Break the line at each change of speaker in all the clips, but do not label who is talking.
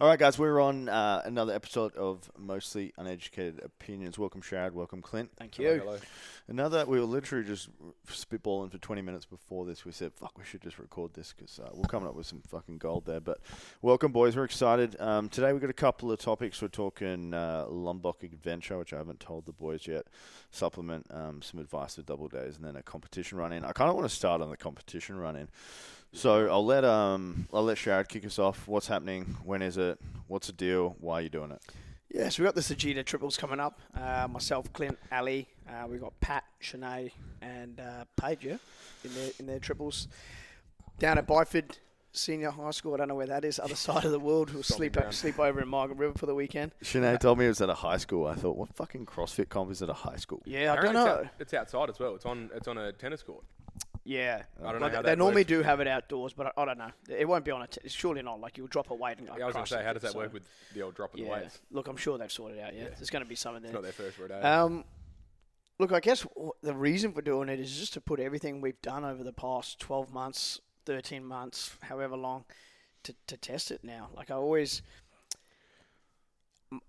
All right, guys, we're on uh, another episode of Mostly Uneducated Opinions. Welcome, Sharad. Welcome, Clint.
Thank
Hello,
you.
hello.
Another, we were literally just spitballing for 20 minutes before this. We said, fuck, we should just record this because uh, we're coming up with some fucking gold there. But welcome, boys. We're excited. Um, today, we've got a couple of topics. We're talking uh, Lombok Adventure, which I haven't told the boys yet, supplement, um, some advice for double days, and then a competition run in. I kind of want to start on the competition run in. So I'll let um I'll let Sharad kick us off. What's happening? When is it? What's the deal? Why are you doing it?
Yeah, so we got the Sajida triples coming up. Uh, myself, Clint, Ali. Uh, we got Pat, Shanae, and uh, Paige yeah, in their in their triples down at Byford Senior High School. I don't know where that is. Other side of the world. We'll sleep
down.
sleep over in Margaret River for the weekend.
Sinead told me it was at a high school. I thought, what fucking CrossFit comp is at a high school?
Yeah, I don't
Apparently it's,
know.
out- it's outside as well. It's on. It's on a tennis court.
Yeah,
I don't know
Uh, Like,
how
they
that
normally
works.
do have it outdoors, but I, I don't know. It won't be on a. T- surely not. Like you'll drop a weight and go.
Yeah, I was going
crush
to say,
it,
how does that
so-
work with the old drop in the
Yeah,
weights?
look, I'm sure they've sorted it out. Yeah, there's going to be something there.
It's not their first rodeo.
Um, look, I guess w- the reason for doing it is just to put everything we've done over the past 12 months, 13 months, however long, to, to test it now. Like I always,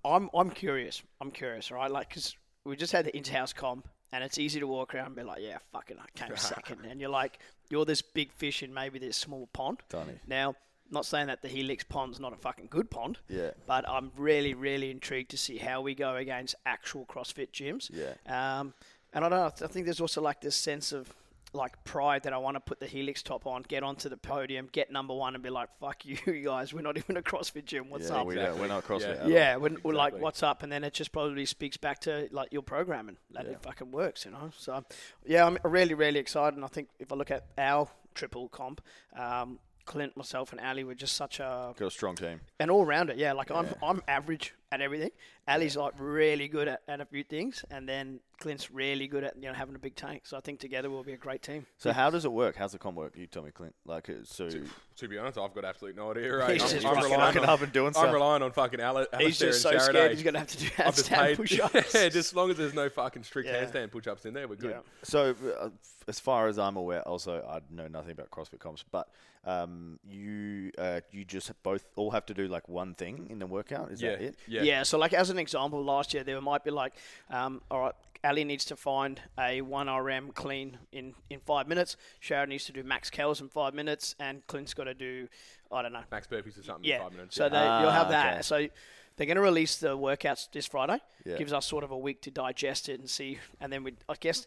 I'm I'm curious. I'm curious, right? Like, cause we just had the in-house comp, and it's easy to walk around and be like, yeah, fucking, I came second, and you're like, you're this big fish in maybe this small pond.
Dunny.
Now, not saying that the Helix pond's not a fucking good pond.
Yeah.
But I'm really, really intrigued to see how we go against actual CrossFit gyms.
Yeah.
Um, and I don't know. I th- I think there's also like this sense of like pride that I want to put the Helix top on, get onto the podium, get number one, and be like, "Fuck you guys, we're not even a CrossFit gym. What's
Yeah,
up?"
we
Exactly.
don't, we're not CrossFit.
Yeah.
at all.
yeah, when, or like
Exactly.
what's up, and then it just probably speaks back to like your programming that it fucking works, you know. So, yeah, I'm really, really excited. And I think if I look at our triple comp, um, Clint, myself, and Ali were just such a
Got a strong team.
an all rounder. Yeah, like I'm I'm average at everything. Ali's like really good at, at a few things, and then Clint's really good at you know having a big tank. So I think together we'll be a great team.
So how does it work? How's the comp work? You tell me, Clint. Like, uh, so
to be honest, I've got absolutely no idea. Right?
He's just fucking
relying
looking
on-
up and doing
I'm
stuff.
relying on fucking Ale- Alistair
He's just so
and
scared
Sharade.
he's gonna have to do
I've just
handstand
paid-
push-ups.
Yeah, just as long as there's no fucking strict
Yeah.
handstand push-ups in there, we're good.
Yeah.
so uh, f- as far as I'm aware, also I know nothing about CrossFit comps, but um, you uh, you just both all have to do like one thing in the workout. Is
Yeah,
that it?
Yeah. So, like as an example, last year there might be like, um, all right, Ali needs to find a one RM clean in in five minutes. Sharon needs to do max Kells in five minutes, and Clint's got to do, I don't know,
Max burpees or something
yeah.
in five minutes.
So
yeah.
they, you'll have
Ah,
that.
okay.
So they're going to release the workouts this Friday.
Yeah.
Gives us sort of a week to digest it and see. And then we, I guess,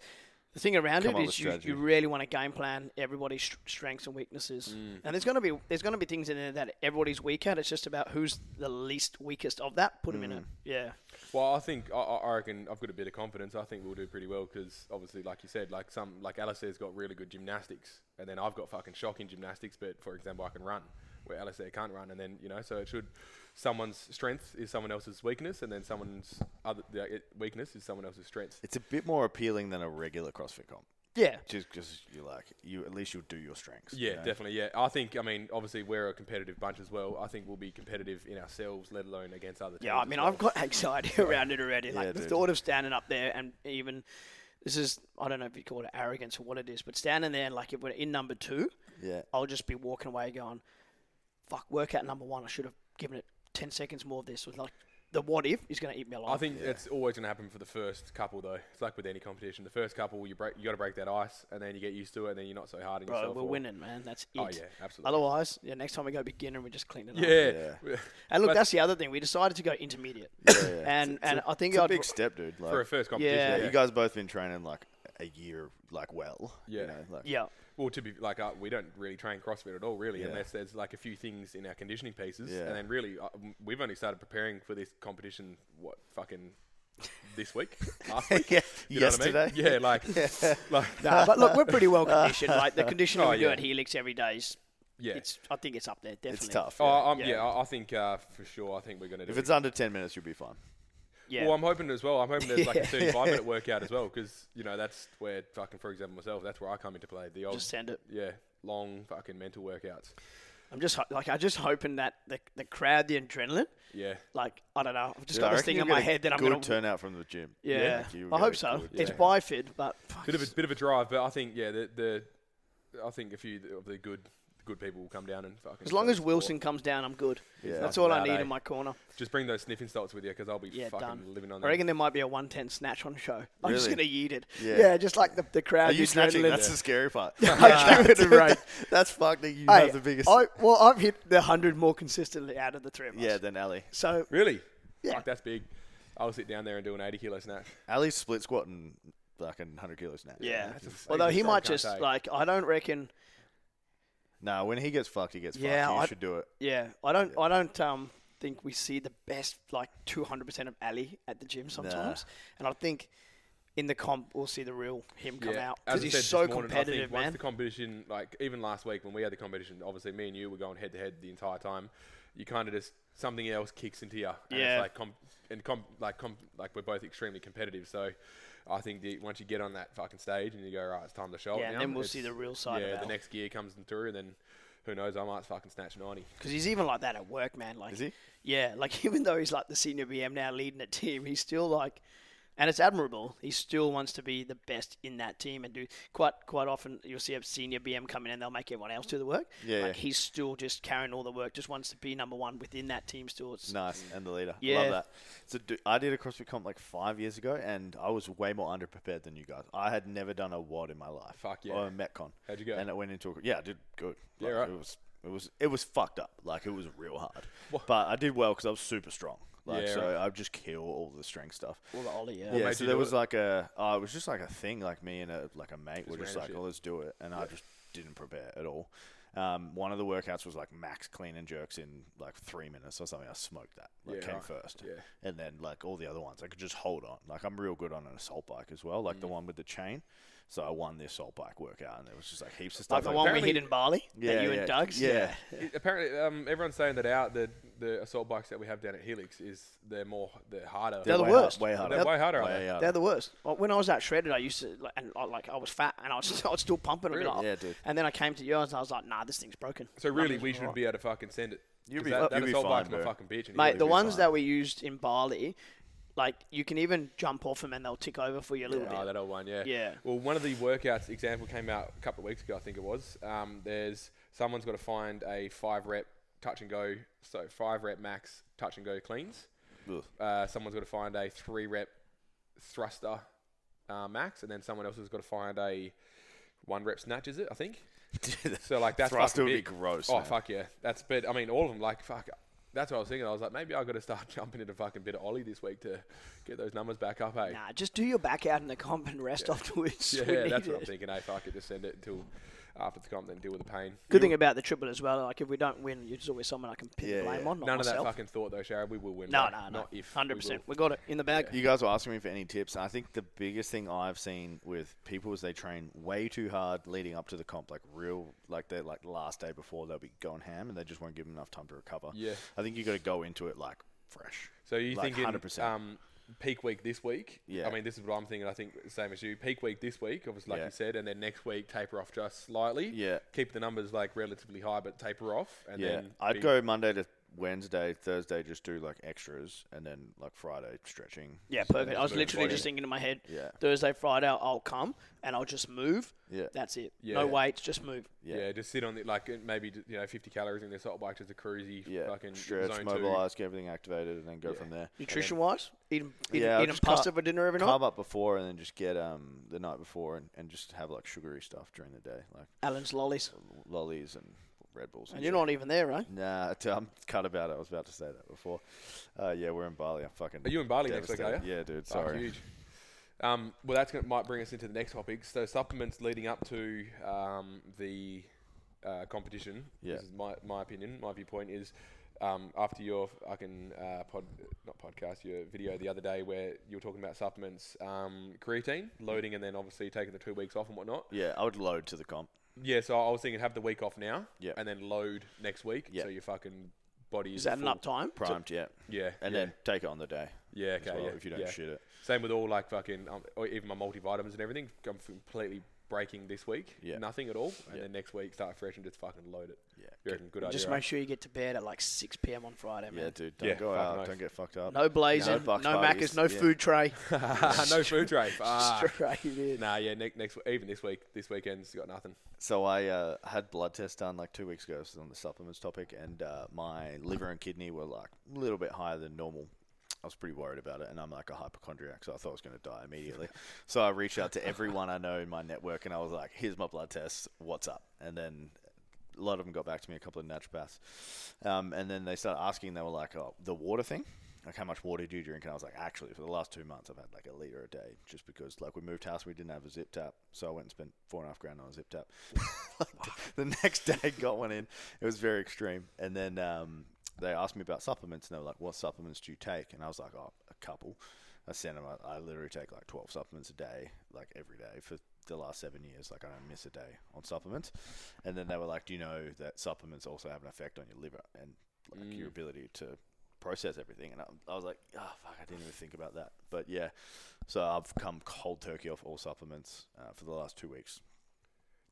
the thing around
Come up
it
with
is you,
strategy.
you really want to game plan everybody's str- strengths and weaknesses.
Mm.
And there's going to be there's going to be things in there that everybody's weak at. It's just about who's the least weakest of that. Put them in
Mm.
it. Yeah.
Well, I think I, I I reckon I've got a bit of confidence. I think we'll do pretty well because obviously, like you said, like some like Alistair's got really good gymnastics, and then I've got fucking shocking gymnastics. But for example, I can run where Alistair can't run, and then you know, so it should someone's strength is someone else's weakness, and then someone's other the, it, weakness is someone else's strength.
It's a bit more appealing than a regular CrossFit comp,
Yeah.
just because you like you at least you'll do your strengths.
Yeah,
you know?
definitely. Yeah, I think. I mean, obviously, we're a competitive bunch as well. I think we'll be competitive in ourselves, let alone against other.
Yeah, I
teams as
mean,
well.
I've got anxiety around it already. Like
Yeah,
the
dude.
thought of standing up there and even this is I don't know if you call it arrogance or what it is, but standing there and like if we're in number two,
Yeah.
I'll just be walking away going, "Fuck, workout number one. I should have given it ten seconds more of this." With like the what if is going to eat me alive.
I think it's always going to happen for the first couple, though. It's like with any competition. The first couple, you break, you got to break that ice, and then you get used to it, and then you're not so hard on
Bro,
yourself.
we're
or-
winning, man. That's it.
Oh, yeah, absolutely.
Otherwise, yeah, next time we go beginner, we just clean it up.
Yeah,
And look,
But-
that's the other thing. We decided to go intermediate, and and I think
It's a
I'd,
big step, dude. Like,
for a first competition.
Yeah.
yeah,
Yeah,
you guys both been training like a year, like well.
Yeah.
You know, like,
yeah,
Well, to be like, uh, we don't really train CrossFit at all, really,
Yeah.
unless there's like a few things in our conditioning pieces,
Yeah.
and then really, uh, m- we've only started preparing for this competition. What fucking this week? Last week?
Yeah,
You know what I mean?
yesterday.
Yeah, like, like
Nah, but look, we're pretty well conditioned. Like the conditioning
Oh,
we do
yeah.
at Helix every day is,
yeah.
it's I think it's up there. Definitely,
It's tough.
oh,
yeah.
I'm,
Yeah.
yeah. I I think uh, for sure. I think we're gonna. Do
If
it.
it's under ten minutes, you'll be fine.
Yeah,
Well, I'm hoping as well. I'm hoping there's like a 35 minute workout as well, because you know that's where fucking, for example, myself, that's where I come into play. The old,
just send it.
yeah, long fucking mental workouts.
I'm just ho- like I just hoping that the the crowd, the adrenaline.
Yeah,
Like I don't know. I've just
Dude, I
got this
reckon
thing
you'll
in my
get a
head that I'm
good
gonna.
turnout from the gym.
yeah,
Like, you'll
I
get
hope
a
so.
good-
It's
yeah.
bifid, but fuck,
bit of a bit of a drive, but I think yeah, the the I think a few of the good good people will come down and fucking.
As long
show
as
support.
Wilson comes down, I'm good.
Yeah.
That's all I
Nah,
need
they-
in my corner.
Just bring those sniffing salts with you because I'll be
Yeah,
fucking
done.
living on
I
that.
reckon there might be a 110 snatch on show. I'm just
Really?
going to yeet it.
Yeah.
Yeah. just like the, the crowd.
Are you
the
snatching?
adrenaline.
That's the scary part.
I give it a break.
That's fucked. That you
Hey,
have the biggest.
I, well, I've hit the 100 more consistently out of the three of us.
yeah, then Ali.
So,
Really?
Yeah.
Fuck, that's big. I'll sit down there and do an 80 kilo snatch.
Ali's split squat and fucking hundred kilos now.
yeah.
that's a-
Although he
that's a
might
can't
just,
take.
like, I don't reckon.
Nah, when he gets fucked, he gets
Yeah,
fucked. You
I-
should do it.
Yeah, I don't. I don't um, think we see the best like two hundred percent of Ali at the gym sometimes, and I think in the comp we'll see the real him come out because
as I
he's
said this
so
morning, I think
competitive,
Once
man.
the competition, like even last week when we had the competition, obviously me and you were going head to head the entire time. You kind of just something else kicks into you. And
Yeah.
It's like com- and com- like com- like we're both extremely competitive, so I think the, once you get on that fucking stage and you go right, it's time to show
Yeah,
it.
and
now,"
then we'll see
it's-
the real side of
Yeah, the
Al.
next gear comes through, and then who knows? I might fucking snatch ninety.
Because he's even like that at work, man. Like,
Is he?
Yeah, like even though he's like the senior BM now, leading a team, he's still like, and it's admirable. He still wants to be the best in that team and do quite quite often. You'll see a senior BM coming in, they'll make everyone else do the work.
Yeah,
like
yeah.
he's still just carrying all the work. Just wants to be number one within that team. Still, it's
Nice and the leader. Love
Yeah.
that. So do, I did a CrossFit comp like five years ago, and I was way more underprepared than you guys. I had never done a wad in my life.
Fuck yeah.
Or a metcon.
How'd you go?
And it went into a, yeah, I did good.
Yeah,
Like,
right.
It was it was it was fucked up. Like it was real hard. But I did well because I was super strong. Like
Yeah,
so,
right.
I would just kill all the strength stuff.
all the Ollie. Yeah,
yeah,
made
so
you
there
do
was
it?
like a, oh, it was just like a thing. Like me and a like a mate were just
random
like,
shit.
oh, let's do it, and I just didn't prepare at all. Um, one of the workouts was like max clean and jerks in like three minutes or something. I smoked that. Like
Yeah,
came
right.
first.
Yeah.
And then like all the other ones, I could just hold on. Like I'm real good on an assault bike as well. Like the one with the chain. So I won the assault bike workout, and it was just like heaps of stuff.
like the one we
apparently-
hit in Bali
yeah,
that you
yeah,
and Doug's.
Yeah.
It- apparently, um, everyone's saying that out the the assault bikes that we have down at Helix is they're more they're harder.
They're the
way
worst.
Hard, way harder.
They're way harder, aren't
Way
they?
harder.
They're the worst. Well, when I was at shredded, I used to like, and I, like I was fat and I was, I was still pumping a bit.
Really?
Like,
Yeah, dude.
And then I came to yours and I was like, nah, this thing's broken.
So really,
Numbers
we
were
should
right.
be able to fucking send it.
You'll
'Cause
be-
that, that
you'll be
assault
fine,
bike's my
bro.
fucking bitch. and
Mate,
Helix
the
is
ones
fine.
that we used in Bali, like you can even jump off them and they'll tick over for you a little
Oh,
bit.
that old one, yeah.
Yeah.
Well, one of the workouts example came out a couple of weeks ago, I think it was. Um, there's someone's got to find a five rep touch and go, so five rep max touch and go cleans.
Ugh.
Uh, someone's got to find a three rep thruster uh, max, and then someone else has got to find a one rep snatch. Is it? I think.
Dude,
So like that's
Thruster
fucking
would be
big.
gross,
Oh
man.
fuck yeah, that's. But I mean, all of them like fuck. That's what I was thinking. I was like, maybe I got to start jumping into fucking bit of ollie this week to get those numbers back up. Hey,
Nah, just do your back out in the comp and rest afterwards.
yeah,
We need
that's what I'm
it.
thinking. Hey, fuck it, just send it until after the comp, then deal with the pain.
Good thing about the triple as well, like if we don't win, there's always someone I can pin
Yeah,
the blame
yeah.
on. Not
None
myself.
of that fucking thought though, Sharon. We will win.
no,
mate.
no, no.
Not if. we
Hundred percent.
will.
We got it in the bag.
You guys were asking me for any tips. and I think the biggest thing I've seen with people is they train way too hard leading up to the comp, like real, like they're like last day before they'll be going ham, and they just won't give them enough time to recover.
Yeah.
I think you got to go into it like fresh.
So you
like
thinking
100%.
um, peak week this week?
Yeah.
I mean, this is what I'm thinking. I think same as you. Peak week this week, obviously, like
Yeah.
you said, and then next week taper off just slightly.
Yeah.
Keep the numbers like relatively high, but taper off. And
yeah,
Then
I'd
be-
go Monday to Wednesday, Thursday, just do like extras, and then like Friday stretching.
Yeah,
So
perfect. I was
move
literally
body.
just thinking in my head,
Yeah.
Thursday, Friday, I'll come and I'll just move.
Yeah.
That's it.
Yeah.
No weights, just move.
Yeah.
Yeah. just sit on the like uh, maybe d- you know 50 calories in the assault bike, just a cruisy
yeah,
fucking
stretch,
zone
mobilize, get everything activated, and then go
Yeah.
from there.
Nutrition wise, eating, eating,
Yeah, I'll
eating
just
pasta
carb-
for dinner every night.
Carb up before, and then just get um the night before, and, and just have like sugary stuff during the day, like.
Alan's lollies.
lollies and Red Bulls.
And you're not even there, eh? right?
Nah, t- I'm cut about it. I was about to say that before. Uh, yeah, we're in Bali. I'm fucking.
Are you in Bali next week, are
devastated.
you?
Yeah, dude.
Fuck,
Sorry.
huge. Um, well, that's gonna, might bring us into the next topic. So supplements leading up to um, the uh, competition.
Yeah.
This is my, my opinion. My viewpoint is um, after your fucking uh, pod, not podcast, your video the other day where you were talking about supplements, um, creatine
Mm.
loading, and then obviously taking the two weeks off and whatnot.
Yeah, I would load to the comp.
Yeah. So I was thinking have the week off now.
Yeah.
And then load next week.
Yeah.
So your fucking body is.
Is that
full.
enough time?
Primed, yeah,
Yeah.
and
yeah.
then take it on the day.
Yeah,
as
okay,
well,
yeah,
if you don't
yeah.
shit it.
Same with all like fucking, um, or even my multivitamins and everything. I'm completely breaking this week,
Yeah.
nothing at all, and
Yeah.
then next week start fresh and just fucking load it.
Yeah.
you reckon? Good idea.
Just
right?
make sure you get to bed at like 6 p.m. on Friday,
Yeah,
man.
dude. Don't
Yeah,
go
fuck
out.
knows.
Don't get fucked up.
no blazing, no,
bucks parties.
Maccas, no
Yeah.
food tray.
no food tray. Fuck.
Straight in.
Nah, yeah, ne- next even this week, this weekend's got nothing.
So I uh, had blood tests done like two weeks ago. This is on the supplements topic, and uh, my liver and kidney were like a little bit higher than normal. I was pretty worried about it, and I'm like a hypochondriac, so I thought I was going to die immediately. so I reached out to everyone I know in my network, and I was like, "Here's my blood tests. What's up?" And then a lot of them got back to me, a couple of naturopaths, um, and then they started asking. They were like, "Oh, the water thing." Like how much water do you drink? And I was like, actually, for the last two months, I've had like a liter a day, just because like we moved house, we didn't have a zip tap, so I went and spent four and a half grand on a zip tap. Like, the next day, got one in. It was very extreme. And then um, they asked me about supplements, and they were like, "What supplements do you take?" And I was like, "Oh, a couple." I sent them. I, I literally take like twelve supplements a day, like every day for the last seven years. Like I don't miss a day on supplements. And then they were like, "Do you know that supplements also have an effect on your liver and like
Mm.
your ability to process everything?" And I, I was like, "Oh fuck, I didn't even think about that." But yeah, so I've come cold turkey off all supplements uh, for the last two weeks.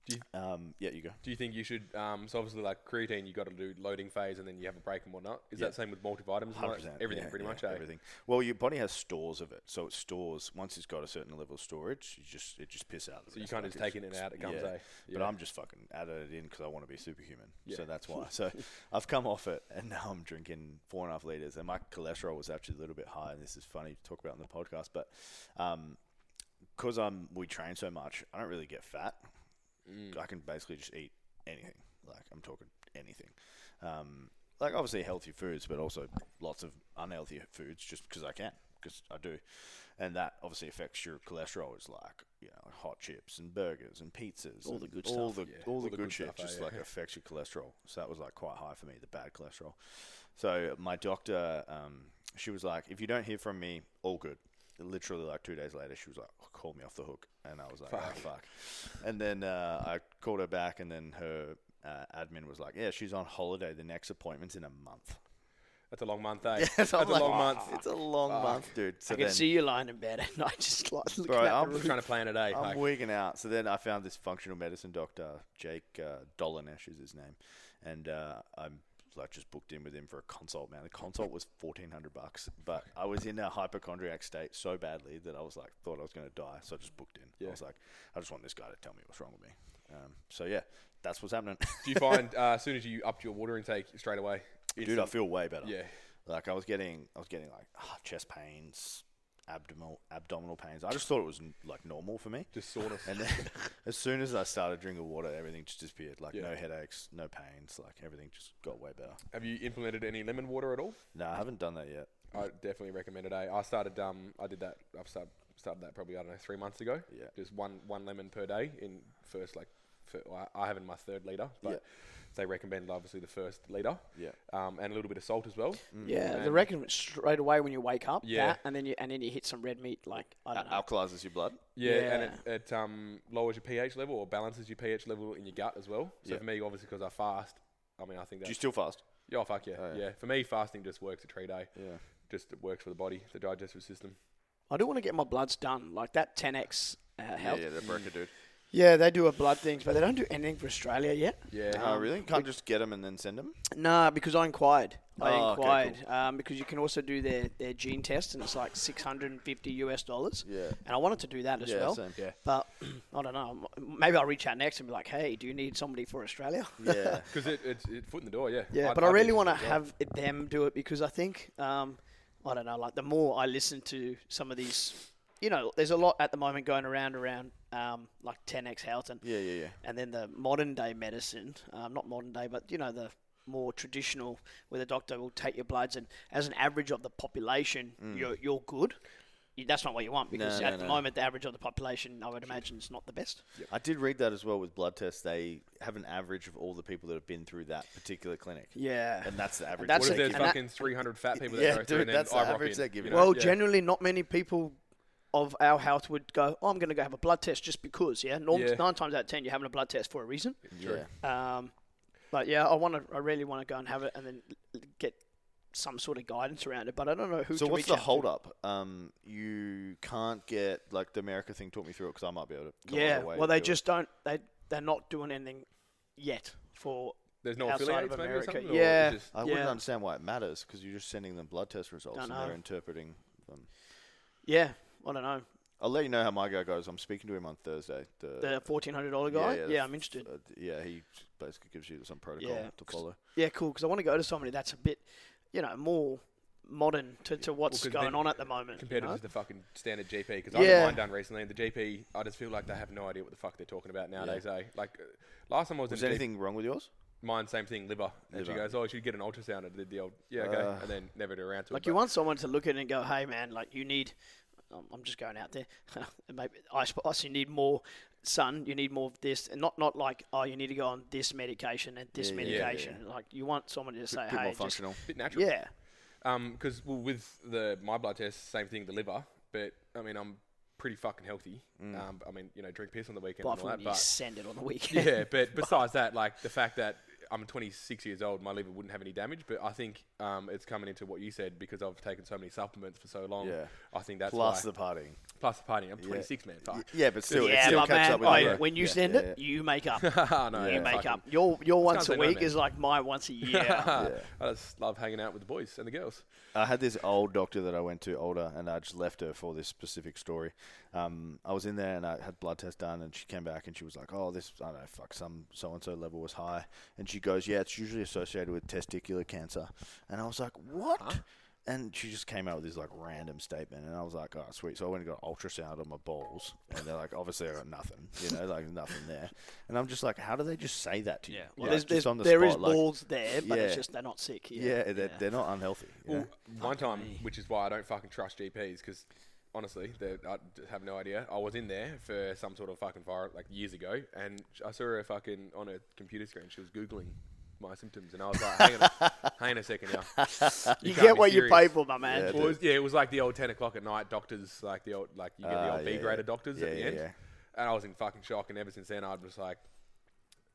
Do you-
um, yeah, you go.
Do you think you should? Um, so obviously, like creatine, you got to do loading phase, and then you have a break and whatnot. Is
Yeah.
that same with multivitamins? and all that?
100%,
Everything,
yeah,
pretty
yeah,
much. Eh?
Everything. Well, your body has stores of it, so it stores. Once it's got a certain level of storage, you just it just piss out.
So you can't just take it in and out. It comes.
yeah.
eh?
But
Yeah.
I'm just fucking adding it in because I want to be superhuman. So
Yeah.
that's why. So I've come off it, and now I'm drinking four and a half liters. And my cholesterol was actually a little bit high, and this is funny to talk about in the podcast. But um, because I'm we train so much, I don't really get fat. I can basically just eat anything. Like I'm talking anything. Um, like obviously healthy foods, but also lots of unhealthy foods just because I can, because I do, and that obviously affects your cholesterol. It's like you know hot chips and burgers and pizzas, all the good all The, all, the good, shit
stuff, eh?
just like affects your cholesterol. So that was like quite high for me, the bad cholesterol. So my doctor, um, she was like, if you don't hear from me, all good. Literally like two days later, she was like, "Oh, call me off the hook, and I was like, fuck. fuck. And then uh, I called her back, and then her uh, admin was like, yeah, she's on holiday. The next appointment's in a month.
That's a long month, eh?
So I'm
That's a
like,
long month.
It's a long month, dude. So
I can
then-
see you lying in bed at night, just like looking
Bro,
at
I'm
the
I'm
roof.
trying to plan it, eh?
I'm
Like,
wigging out. So then I found this functional medicine doctor, Jake uh, Dolinesh is his name, and uh, I'm like just booked in with him for a consult. Man, the consult was fourteen hundred bucks, but I was in a hypochondriac state so badly that I was like thought I was going to die, so I just booked in. I
Yeah.
was like, I just want this guy to tell me what's wrong with me. Um, so yeah, that's what's happening,
do you find uh, as soon as you upped your water intake straight away?
dude. I feel way better.
Yeah.
like I was getting, I was getting like ah, chest pains. Abdominal abdominal pains. I just thought it was like normal for me.
Just soreness.
And then as soon as I started drinking water, everything just disappeared. Like
Yeah.
no headaches, no pains. Like everything just got way better.
Have you implemented any lemon water at all?
No, I haven't done that yet.
I definitely recommend it. Eh? I started. Um, I did that. I've started, started that probably I don't know three months ago.
Yeah.
Just one one lemon per day in first like, fir- well, I I have in my third liter, but they recommend obviously the first liter.
Yeah. Mm.
Um, and a little bit of salt as well.
Yeah, they
And-
reckon it's straight away when you wake up.
Yeah.
that, and then you and then you hit some red meat. Like I don't know.
Alkalizes your blood.
Yeah, and it, it um, lowers your pH level or balances your pH level in your gut as well. So
Yeah.
for me, obviously, because I fast, I mean, I think
Do
that.
you still fast?
yeah, oh, fuck yeah,
Oh, yeah.
yeah. For me, fasting just works a treat, eh?
Yeah.
Just it works for the body, the digestive system.
I do want to get my bloods done. Like that 10x uh, help. Yeah,
they're broker,
Mm.
dude.
they do a blood things, but they don't do anything for Australia yet.
Yeah.
Oh, really? Can't just get them and then send them?
Nah, because I inquired. I
Oh, okay,
inquired um, because you can also do their, their gene test, and it's like 650 US dollars.
Yeah.
And I wanted to do that as
Yeah,
well.
same. Yeah.
But I don't know. m- Maybe I'll reach out next and be like, hey, do you need somebody for Australia?
Yeah.
Because it, it's it, foot in the door, yeah.
Yeah,
I'd-
but I
I'd be
really want to
interested as well.
have it- them do it because I think um, I don't know. Like the more I listen to some of these, you know, there's a lot at the moment going around around um, like 10x health and
yeah, yeah, yeah.
and then the modern day medicine, um, not modern day, but you know the more traditional where the doctor will take your bloods and as an average of the population, you're you're good. You- That's not what you want because
Mm. No,
at
no,
the
no.
moment the average of the population, I would imagine, is not the best.
I did read that as well with blood tests. They have an average of all the people that have been through that particular clinic.
Yeah.
And that's the average.
that's
What
So
if
a-
they
there's
give
and that-
you?
fucking 300 fat people
Yeah,
that go through
dude,
and then
that's the
I rock
average
in,
they're giving
you
Yeah,
know?
Well,
Yeah.
generally, not many people of our health would go, oh, I'm going to go have a blood test just because, yeah? Norm-
Yeah.
Nine times out of ten, you're having a blood test for a reason.
Yeah.
Um, but yeah, I want to, I really want to go and have it and then get some sort of guidance around it, but I don't know who
So
to
what's
reach
the
out to.
hold up? Um, you can't get like the America thing taught me through it because I might be able to. go
Yeah,
away
well,
and
they
do it.
just don't. They they're not doing anything yet for.
There's no
Outside
affiliates
of
maybe or
America,
something.
yeah.
Or it's just,
I wouldn't
yeah.
understand why it matters because you're just sending them blood test results
Don't
and they're
know.
interpreting them.
Yeah, I don't know
I'll let you know how my guy goes. I'm speaking to him on Thursday. The,
the fourteen hundred dollar guy. Yeah,
the f-
I'm interested.
uh, yeah, he basically gives you some protocol
Yeah,
to
'cause-
follow.
Yeah, cool. Because I want to go to somebody that's a bit, you know, more modern to, to what's
'cause
going
then
on at the moment. you
compared
know?
to just the fucking standard GP because I
Yeah.
had mine done recently and the GP I just feel like they have no idea what the fuck they're talking about nowadays. Eh? Like uh, last time I was,
Was
in a GP,
anything wrong with yours?
mine same thing liver and she
Liver.
goes oh you should get an ultrasound and did the old yeah okay
Uh,
and then never do around to
Like
it.
you
but-
want someone to look at it and go, "Hey, man, like you need." I'm I'm just going out there. and Maybe ice spice. You need more sun. You need more of this, and not not like oh, you need to go on this medication and this
Yeah, yeah, yeah, yeah.
medication. Like you want someone to say,
bit
"Hey,
more
just,
functional.
bit natural.
yeah,
Because Um, well, with the my blood test, same thing, the liver. But I mean, I'm pretty fucking healthy.
Mm.
Um, I mean, you know, drink piss on the weekend
but
and all that.
you
But
send it on the weekend."
yeah, but besides that, like the fact that I'm 26 years old, my liver wouldn't have any damage. But I think um, it's coming into what you said because I've taken so many supplements for so long.
Yeah.
I think that's
Plus
why.
the partying.
plus the partying. I'm 26, man.
Y-
Fuck.
Yeah, but still, it
yeah,
still
my
catches
man.
up with
oh,
you.
yeah, when you
Yeah,
send
yeah,
it, you make up.
no,
You
yeah,
make
fucking-
up. Your your once a
say no,
week
man.
is like my once a year.
I just love hanging out with the boys and the girls.
I had this old doctor that I went to older, and I just left her for this specific story. Um, I was in there and I had blood test done, and she came back and she was like, "Oh, this I don't know, fuck, some so and so level was high," and she goes, "Yeah, it's usually associated with testicular cancer," and I was like, "What?" And she just came out with this like random statement, and I was like, "Oh, sweet." So I went and got ultrasound on my balls, and they're like, "Obviously, I got nothing, you know, like nothing there." And I'm just like, "How do they just say that to you?"
Yeah,
Like,
well, there's,
just
there's,
on the
there is
spot, like-
balls there, but it's
Yeah.
just they're not sick.
Yeah, they're,
yeah.
they're not unhealthy. you know?
Well, one time, which is why I don't fucking trust GPs, because honestly, they're- I d- have no idea. I was in there for some sort of fucking viral like years ago, and sh- I saw her fucking on a computer screen. She was googling my symptoms, and I was like, "Hang on, a- hang on a second now."
You,
can't
get
be
what
serious.
you pay for, my man.
Yeah,
Well, it was, yeah, it was like the old ten o'clock at night doctors, like the old like you get
Ah,
the old
yeah,
B grader
yeah.
doctors
Yeah,
at the
yeah,
end,
yeah.
and I was in fucking shock. And ever since then, I was like,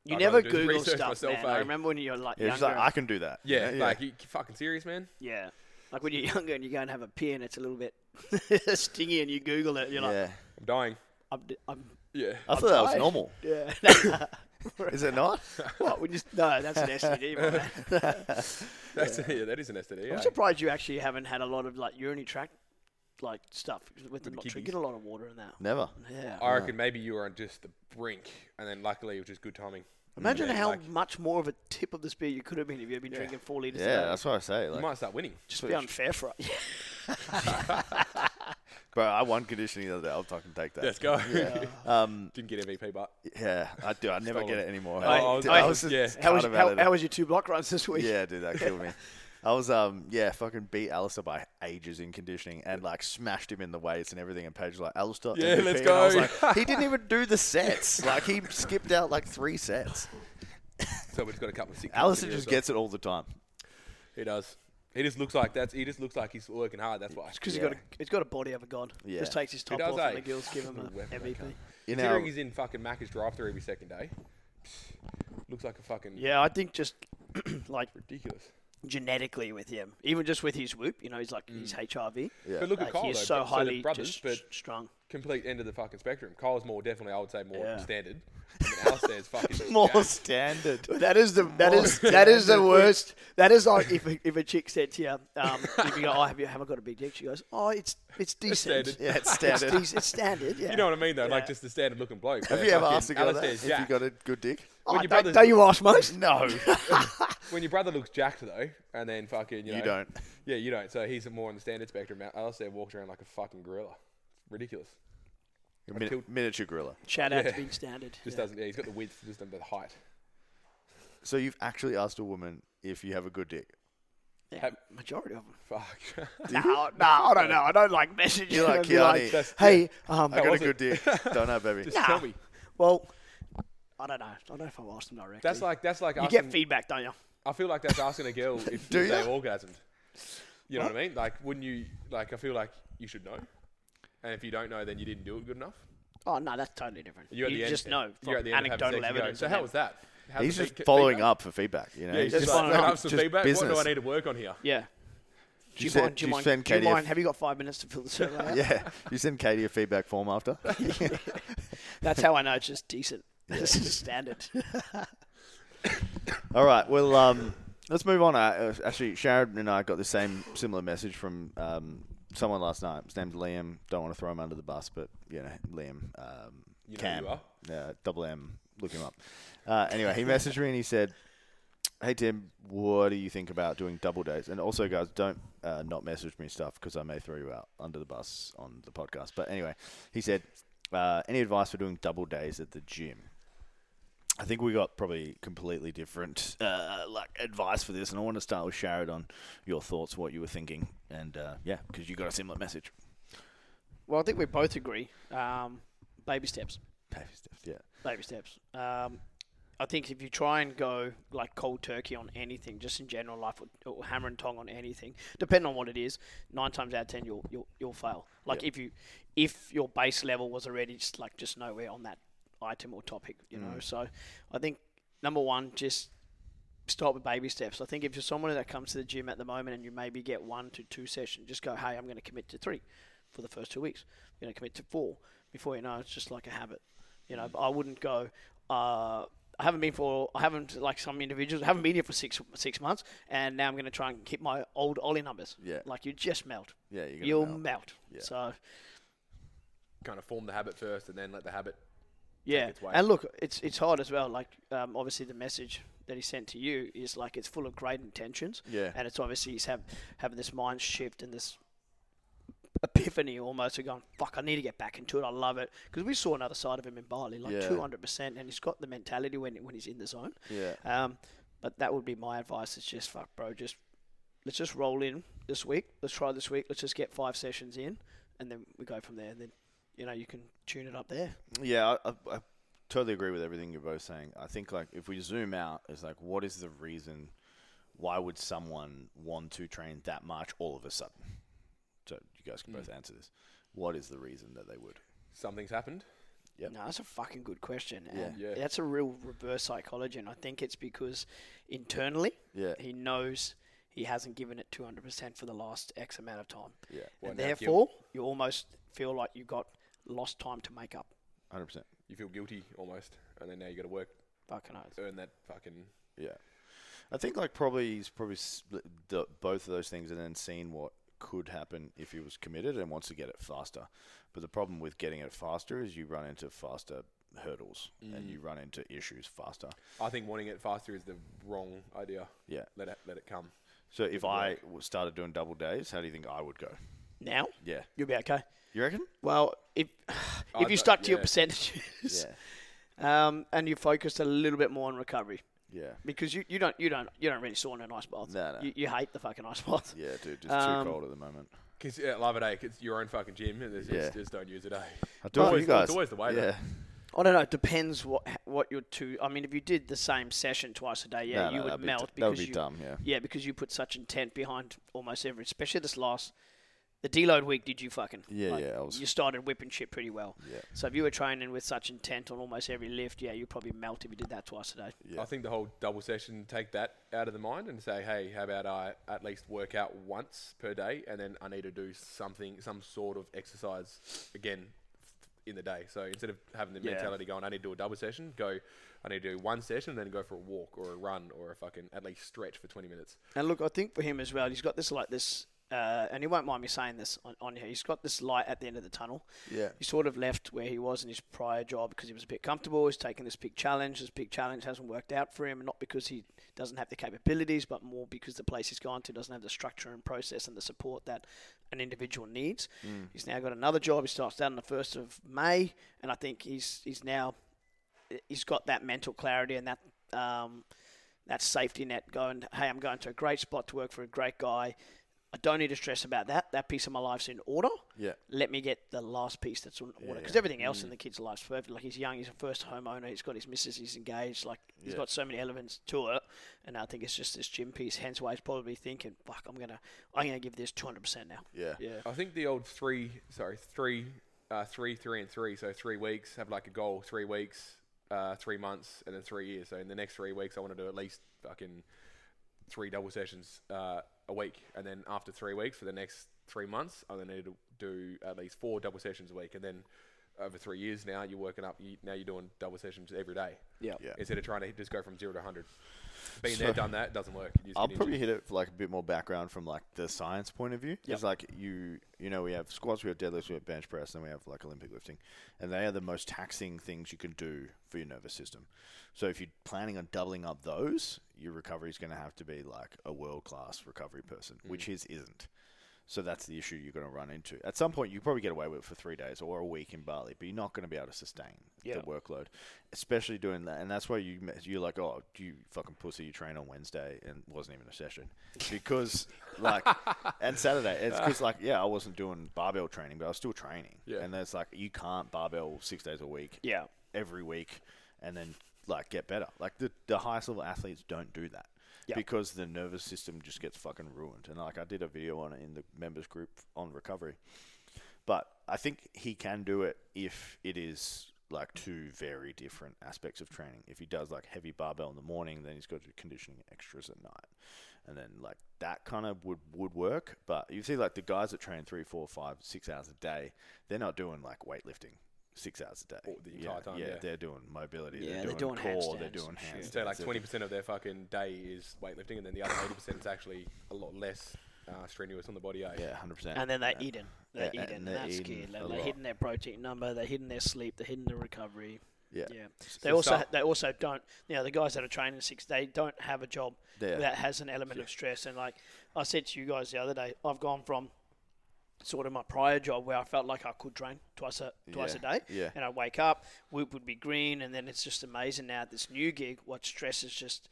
You
I'd
never
rather do the
Google
research
stuff,
myself,
man. I
eh?
remember when you were like
Yeah, she's
younger.
like, I can do that. you
"Yeah,
know?
like you, you fucking serious, man."
yeah, like when you're younger and you go and have a pee and it's a little bit stingy, and you Google it, you're like,
yeah.
I'm dying.
I'm, d- I'm
Yeah,
I thought that was
tired.
normal.
yeah.
Is it not?
what? When you, no, that's an STD, my man.
that's yeah, that is an STD. eh?
I'm surprised you actually haven't had a lot of like urinary tract like stuff with the,
the
not
kidneys.
drinking a lot of water and that.
Never.
Yeah.
Mm,
I reckon maybe you were on just the brink, and then luckily it was just good timing.
Imagine
Yeah,
how
like-
much more of a tip of the spear you could have been if you'd been
Yeah.
drinking four liters. a
Yeah,
day.
that's what I say.
You
Like,
might start winning.
just be unfair for us.
bro, I won conditioning the other day. I'll fucking take that.
Let's go.
Um,
Didn't get MVP, but
yeah, I do. I never
Stolen.
get it anymore.
I- I was- Oh, I was- yeah.
How
cut
was,
about
how,
it.
how was your two block runs this week?
Yeah, dude, that killed me. I was um yeah, fucking beat Alistair by ages in conditioning and like smashed him in the weights and everything and Paige was like Alistair.
Yeah,
MVP,"
let's
and I was
go.
like, he didn't even do the sets. Like he skipped out like three sets.
so we've just got a couple of six.
Alistair
videos
just
up.
gets it all the time.
He does. He just looks like that's. He just looks like he's working hard. That's why.
Because
Yeah.
he's got a, he's got a body of a god.
Yeah.
Just takes his top
does,
off and
eh?
the girls give him an
Weapon, that
MVP.
cunt.
You
Considering
know,
he's in fucking Macca's drive-through every second day, looks like a fucking
Yeah, I think just like
ridiculous.
genetically with him, even just with his whoop, you know, he's like he's HIV.
Yeah.
But Mm. look
Like,
at Kyle.
he's
though,
so
but- they're
highly
brothers,
just
but
s- strong.
complete end of the fucking spectrum. Kyle's more definitely, I would say, more
Yeah.
standard. I mean, Alistair's fucking
more
jacked.
standard.
That is the that is that is the worst. That is like if a, if a chick said to you, um, if you go, oh, have you haven't got a big dick? She goes, oh, it's it's decent.
standard.
Yeah, it's
It's,
standard.
dec- it's standard. Yeah.
You know what I mean, though?
Yeah.
Like just the standard-looking bloke.
Have
but
you ever
fucking
asked a girl that if
Alistair's
you
jacked.
got a good dick?
Oh,
your
don't,
brother's-
don't you ask most?
No,
When your brother looks jacked though, and then fucking you,
you
know,
don't.
Yeah, you don't. So he's more on the standard spectrum. Now, Alistair walks around like a fucking gorilla. Ridiculous.
Min-
killed-
miniature gorilla.
Shout out
Yeah.
to being standard.
Just
yeah.
doesn't. Yeah, he's got the width, just not the height.
So you've actually asked a woman if you have a good dick.
Yeah,
have-
majority of them.
Fuck.
No, no, I don't know. I don't like messaging.
You're like,
and be
Keanu,
That's-
hey, um,
I got a
was
good dick. Don't know, baby.
Just tell me.
well, I don't know. I don't know if I've asked them directly.
That's like that's like
you
asking.
get feedback, don't you?
I feel like that's asking a girl if
Do
they
ya?
orgasmed. You know what? I mean? Like, wouldn't you? Like, I feel like you should know. And if you don't know, then you didn't do it good enough.
Oh no, that's totally different.
You, at the end-
just know
you're at
from
the end of having
anecdotal
sex, you go,
evidence.
so
and
how
then-
was that? How's
He's
the
just
fe-
following
feedback?
up for feedback. You know,
Yeah, he's just,
just
following
fucking-
up some
just
feedback. What do I
business.
need to work on here?
Yeah.
you
Do you,
send-
mind? Do you,
do you
mind?
send
do you
Katie a-
mind? Have you got five minutes to fill the survey out?
Yeah, you send Katie a feedback form after.
That's how I know it's just decent. This is standard.
All right. Well, um, let's move on. Uh, uh, actually, Sharon and I got the same similar message from um, someone last night. His name's Liam. Don't want to throw him under the bus, but you know, Liam. Um,
You know who
Cam,
you are.
Uh, double M. Look him up. Uh, anyway, he messaged me and he said, "Hey Tim, what do you think about doing double days?" And also, guys, don't uh, not message me stuff because I may throw you out under the bus on the podcast. But anyway, he said, uh, "Any advice for doing double days at the gym?" I think we got probably completely different uh, like advice for this, and I want to start with Sharad on your thoughts, what you were thinking, and uh, yeah, because you got a similar message.
well, I think we both agree. Um, baby steps.
Baby steps, yeah.
baby steps. Um, I think if you try and go like cold turkey on anything, just in general life, or, or hammer and tong on anything, depending on what it is, nine times out of ten you'll you'll, you'll fail. Like if you if your base level was already just like just nowhere on that item or topic, you know. So I think number one, just start with baby steps. I think if you're someone that comes to the gym at the moment and you maybe get one to two sessions, just go, hey, I'm going to commit to three for the first two weeks. I'm going to commit to four. Before you know, it, it's just like a habit, you know. But I wouldn't go. Uh, I haven't been for. I haven't like some individuals. I haven't been here for six six months, and now I'm going to try and keep my old ollie numbers.
Yeah.
Like you just melt.
Yeah, you're gonna
You'll
melt.
melt.
Yeah.
So
Kind of form the habit first, and then let the habit.
Yeah,
its way.
and look, it's it's hard as well. Like, um, obviously, the message that he sent to you is like it's full of great intentions.
Yeah.
and it's obviously he's have having this mind shift and this epiphany almost of going, fuck, I need to get back into it. I love it because we saw another side of him in Bali, like
Yeah.
two hundred percent, and he's got the mentality when when he's in the zone.
Yeah.
Um, but that would be my advice. It's just fuck, bro. Just let's just roll in this week. Let's try this week. Let's just get five sessions in, and then we go from there. And then you know you can tune it up there.
Yeah, I, I, I totally agree with everything you're both saying. I think like if we zoom out, it's like what is the reason? Why would someone want to train that much all of a sudden? So you guys can both answer this. What is the reason that they would?
Something's happened.
Yep.
No, that's a fucking good question.
Yeah.
And
Yeah.
That's a real reverse psychology. And I think it's because internally
Yeah.
he knows he hasn't given it 200% for the last X amount of time.
Yeah,
What,
and
now guilt?
therefore, you almost feel like you got lost time to make up.
hundred percent.
You feel guilty almost, and then now you got to work,
Fucking oath.
earn that fucking.
Yeah, I think like probably he's probably split the, both of those things and then seen what could happen if he was committed and wants to get it faster. But the problem with getting it faster is you run into faster hurdles and you run into issues faster.
I think wanting it faster is the wrong idea.
Yeah.
Let it let it come.
So if I w- started doing double days, how do you think I would go?
Now,
Yeah,
you'll be okay.
you reckon?
Well, if if
d-
you stuck to your
yeah.
percentages um, and you focused a little bit more on recovery.
yeah,
Because you, you don't you don't you don't really sauna in ice baths.
No, no.
You, you hate the fucking ice baths.
yeah, dude. It's
Um,
too cold at the moment.
Cause yeah, I love it, eh? 'Cause It's your own fucking gym, and there's
Yeah.
just, just don't use it, eh?
I
do it for always- you guys. it's always the way, though.
Yeah,
I don't know. It depends what what you're two. I mean, if you did the same session twice a day, yeah,
No, no,
you
that'd
would
be-
melt
that would
because
be
you,
dumb, yeah.
yeah, because you put such intent behind almost every, especially this last, the deload week. Did you fucking
Yeah, yeah, I was-
you started whipping shit pretty well.
Yeah.
So if you were training with such intent on almost every lift, yeah, you'd probably melt if you did that twice a day.
Yeah.
I think the whole double session take that out of the mind and say, hey, how about I at least work out once per day, and then I need to do something, some sort of exercise again in the day. So instead of having the
Yeah.
mentality going, I need to do a double session, go, I need to do one session, and then go for a walk or a run or a fucking at least stretch for 20 minutes.
And look, I think for him as well, he's got this like this, uh, and he won't mind me saying this on, on here. He's got this light at the end of the tunnel.
Yeah.
He sort of left where he was in his prior job because he was a bit comfortable. He's taken this big challenge. This big challenge hasn't worked out for him, not because he doesn't have the capabilities, but more because the place he's gone to doesn't have the structure and process and the support that an individual needs. He's now got another job. He starts out on the first of May, and I think he's he's now he's got that mental clarity and that um, that safety net going, hey, I'm going to a great spot to work for a great guy. I don't need to stress about that. That piece of my life's in order.
Yeah.
Let me get the last piece that's in order. Because
yeah. mm.
everything else in the kid's life's perfect. Like, he's young, he's a first homeowner, he's got his missus, he's engaged. Like, he's got so many elements to it. And I think it's just this gym piece. Hence why he's probably thinking, fuck, I'm going to I'm gonna give this 200% now.
yeah, yeah,
Yeah.
I think the old three, sorry, three, uh, three, three, and three. So three weeks have like a goal: three weeks, uh, three months, and then three years. So in the next three weeks, I want to do at least fucking three double sessions uh, a week, and then after three weeks for the next three months, I then needed to do at least four double sessions a week, and then over three years now you're working up. You, now you're doing double sessions every day
Yeah.
Yeah.
instead of trying to just go from zero to hundred. Being
So-
there, done that doesn't work. You just
I'll
get
probably
injured.
hit it for like a bit more background from like the science point of view. It's like you you know we have squats, we have deadlifts, we have bench press, and we have like Olympic lifting, and they are the most taxing things you can do for your nervous system. So if you're planning on doubling up those, your recovery is going to have to be like a world class recovery person, which his isn't. So that's the issue you're going to run into. At some point, you probably get away with it for three days or a week in Bali, but you're not going to be able to sustain the
Yeah.
workload, especially doing that. And that's why you me- you're like, oh, you fucking pussy, you train on Wednesday and it wasn't even a session because like and Saturday. It's because like yeah, I wasn't doing barbell training, but I was still training.
Yeah.
And that's like you can't barbell six days a week
Yeah.
every week and then like get better. Like the, the highest level athletes don't do that
Yeah.
because the nervous system just gets fucking ruined. And like I did a video on it in the members group on recovery, but I think he can do it if it is like two very different aspects of training. If he does like heavy barbell in the morning, then he's got to do conditioning extras at night. And then like that kind of would, would work. But you see like the guys that train three, four, five, six hours a day, they're not doing like weightlifting six hours a day.
Or the
Yeah,
entire time, yeah.
they're doing mobility.
Yeah,
they're,
they're
doing
doing
core. They're
handstands.
doing
Shit.
hands.
So like twenty percent of their fucking day is weightlifting, and then the other eighty percent is actually a lot less uh, strenuous on the body. Eh?
Yeah, hundred percent.
And then they're eating. They're
Yeah,
eating.
and
And
they're
that's
eating
key. They're,
a
they're
lot.
hitting their protein number. They're hitting their sleep. They're hitting their recovery.
Yeah.
Yeah. They also
some-
ha- they also don't. You know, the guys that are training six, they don't have a job
Yeah.
that has an element of stress. And like I said to you guys the other day, I've gone from sort of my prior job where I felt like I could train twice a twice
Yeah,
a day.
yeah.
And I wake up, whoop would be green, and then it's just amazing now at this new gig. What stress is just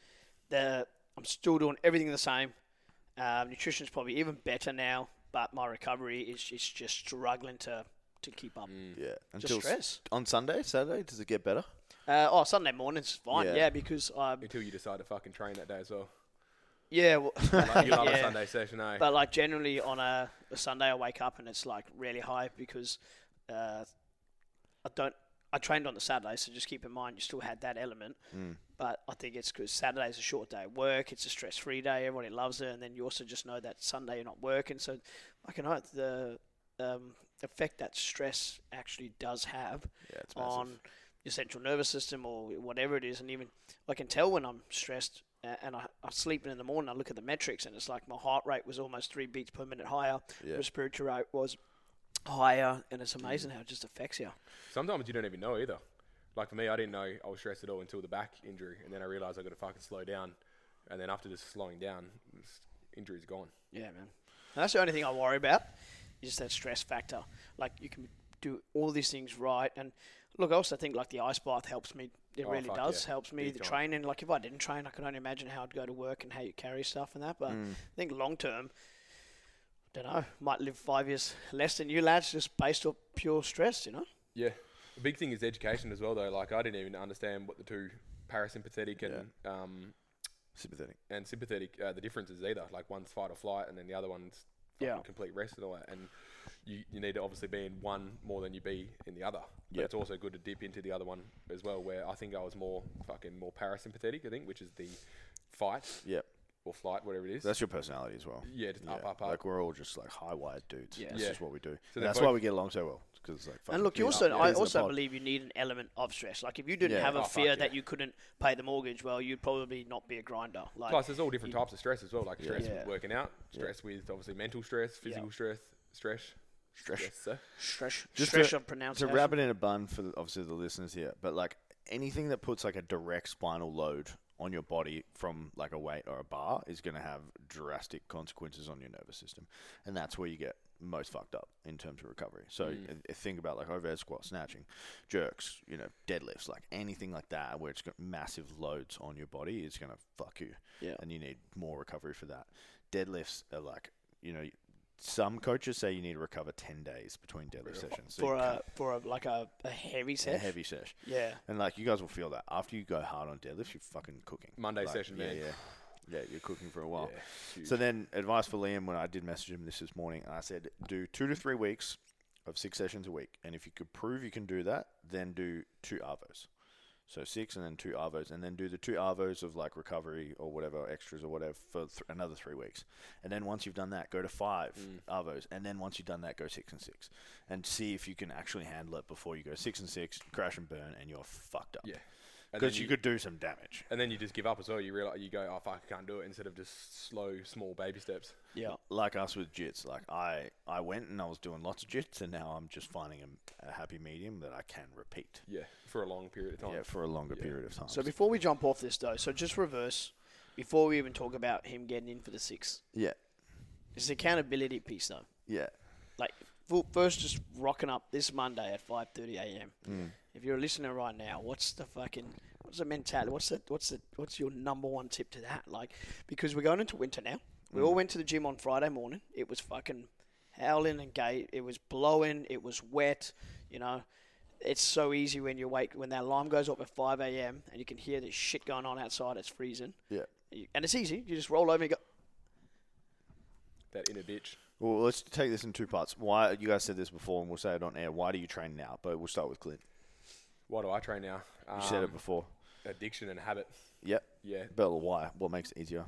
the I'm still doing everything the same. Um, nutrition's probably even better now, but my recovery is is just struggling to to keep up.
Yeah. Until s-
stress.
on Sunday, Saturday, does it get better?
Uh, oh, Sunday morning's fine,
Yeah.
yeah, because um,
Until you decide to fucking train that day as well.
yeah, well,
Like, you love a
Yeah.
Sunday session, eh?
But like generally on a, a Sunday, I wake up and it's like really high because uh, I don't. I trained on the Saturday, so just keep in mind you still had that element. But I think it's because Saturday's a short day at work. It's a stress-free day. Everybody loves it, and then you also just know that Sunday you're not working. So I can hope the um, effect that stress actually does have
Yeah, it's massive.
on your central nervous system or whatever it is. And even I can tell when I'm stressed a- and I, I'm sleeping in the morning, I look at the metrics and it's like my heart rate was almost three beats per minute higher,
Yeah. Mm.
respiratory rate was higher, and it's amazing how it just affects you.
Sometimes you don't even know either. Like for me, I didn't know I was stressed at all until the back injury, and then I realized I got to fucking slow down. And then after just slowing down, this injury's gone.
Yeah, man. And that's the only thing I worry about is that stress factor. Like you can do all these things right, and look, I also think like the ice bath helps me. It
Oh,
really
fuck
does
yeah.
helps me.
Big
the
time.
training, like if I didn't train, I could only imagine how I'd go to work and how you carry stuff and that. But
Mm.
I think long term, don't know, might live five years less than you lads just based off pure stress. You know.
Yeah. The big thing is education as well, though. Like I didn't even understand what the two parasympathetic and um,
Sympathetic.
and sympathetic uh, the differences either. Like one's fight or flight, and then the other one's
Yeah.
fucking complete rest and all that. And you, you need to obviously be in one more than you be in the other. But
Yep.
it's also good to dip into the other one as well. Where I think I was more fucking more parasympathetic, I think, which is the fight
Yep.
or flight, whatever it is.
That's your personality as well.
Yeah, just up, up, up.
Like we're all just like high wired dudes.
Yeah.
That's
Yeah.
just what we do.
So
And
they're
that's why
both-
we get along so well. Because like
And look, you also I also believe you need an element of stress. Like if you didn't
Yeah.
have
Oh,
a
fuck
fear
yeah.
that you couldn't pay the mortgage, well, you'd probably not be a grinder. Like
Plus, there's all different types of stress as well, like stress
Yeah.
with working out, stress with obviously mental stress, physical stress, stress,
Stress.
sir.
stress,
Just
stress
to-
of
to
pronunciation.
wrap it in a bun for the, obviously the listeners here, but like anything that puts like a direct spinal load on your body from like a weight or a bar is going to have drastic consequences on your nervous system, and that's where you get most fucked up in terms of recovery. So
Hmm.
uh, think about like overhead squat, snatching, jerks, you know, deadlifts, like anything like that where it's got massive loads on your body is going to fuck you.
Yeah.
And you need more recovery for that. Deadlifts are like, you know, some coaches say you need to recover 10 days between deadlift sessions. So
for
you can't-
a for a like a, a heavy set.
a heavy sesh.
Yeah.
And like you guys will feel that after you go hard on deadlifts, you're fucking cooking.
Monday
Like,
session,
yeah,
man.
yeah, yeah. You're cooking for a while.
Yeah, huge.
so then, advice for Liam when I did message him this this morning, and I said, do two to three weeks of six sessions a week, and if you could prove you can do that, then do two arvos. So six and then two arvos, and then do the two arvos of like recovery or whatever extras or whatever for th- another three weeks, and then once you've done that, go to five arvos, and then once you've done that, go six and six, and see if you can actually handle it before you go six and six, crash and burn, and you're fucked up.
Yeah. And then
because you, could do some damage.
and then you just give up as well. You realize you go, oh fuck, I can't do it. Instead of just slow, small baby steps.
Yeah.
Like us with jits, like I I went and I was doing lots of jits, and now I'm just finding a, a happy medium that I can repeat.
Yeah, for a long period of time.
Yeah, for a longer period of time.
So before we jump off this though, so just reverse before we even talk about him getting in for the six.
yeah,
It's the accountability piece though.
yeah,
Like fu- first, just rocking up this Monday at five thirty a.m. If you're a listener right now, what's the fucking what's the mentality? What's the what's the what's your number one tip to that? Like because we're going into winter now. We all went to the gym on Friday morning. It was fucking howling and gay. It was blowing. It was wet. You know. It's so easy when you wake when that alarm goes up at 5 a.m. and you can hear this shit going on outside. It's freezing,
yeah.
You- and it's easy. You just roll over and go.
That inner bitch.
Well, let's take this in two parts. Why you guys said this before, and we'll say it on air. Why do you train now? But we'll start with Clint.
Why do I train now? Um,
You said it before.
Addiction and habit.
Yep.
Yeah.
But why? What makes it easier?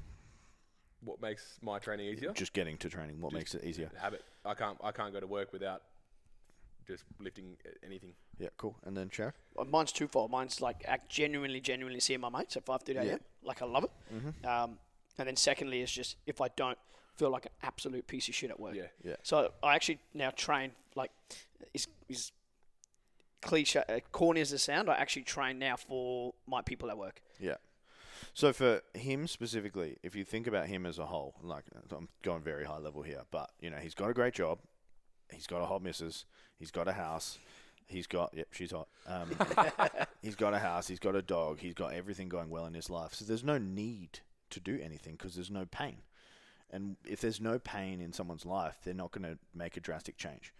What makes my training easier?
Just getting to training. What makes it easier?
habit. I can't. I can't go to work without just lifting a- anything.
Yeah, cool. And then Chad.
Well, Mine's twofold. Mine's like I genuinely, genuinely seeing my mates at five thirty
Yeah. Mm-hmm.
a.m. Like I love it. Um, and then secondly is just if I don't feel like an absolute piece of shit at work.
Yeah.
Yeah.
So I actually now train like is is cliche uh, corny as it sound. I actually train now for my people at work.
Yeah. So for him specifically, if you think about him as a whole, like I'm going very high level here, but you know he's got a great job, he's got a hot missus, he's got a house, he's got yep she's hot, um, he's got a house, he's got a dog, he's got everything going well in his life. So there's no need to do anything because there's no pain, and if there's no pain in someone's life, they're not going to make a drastic change,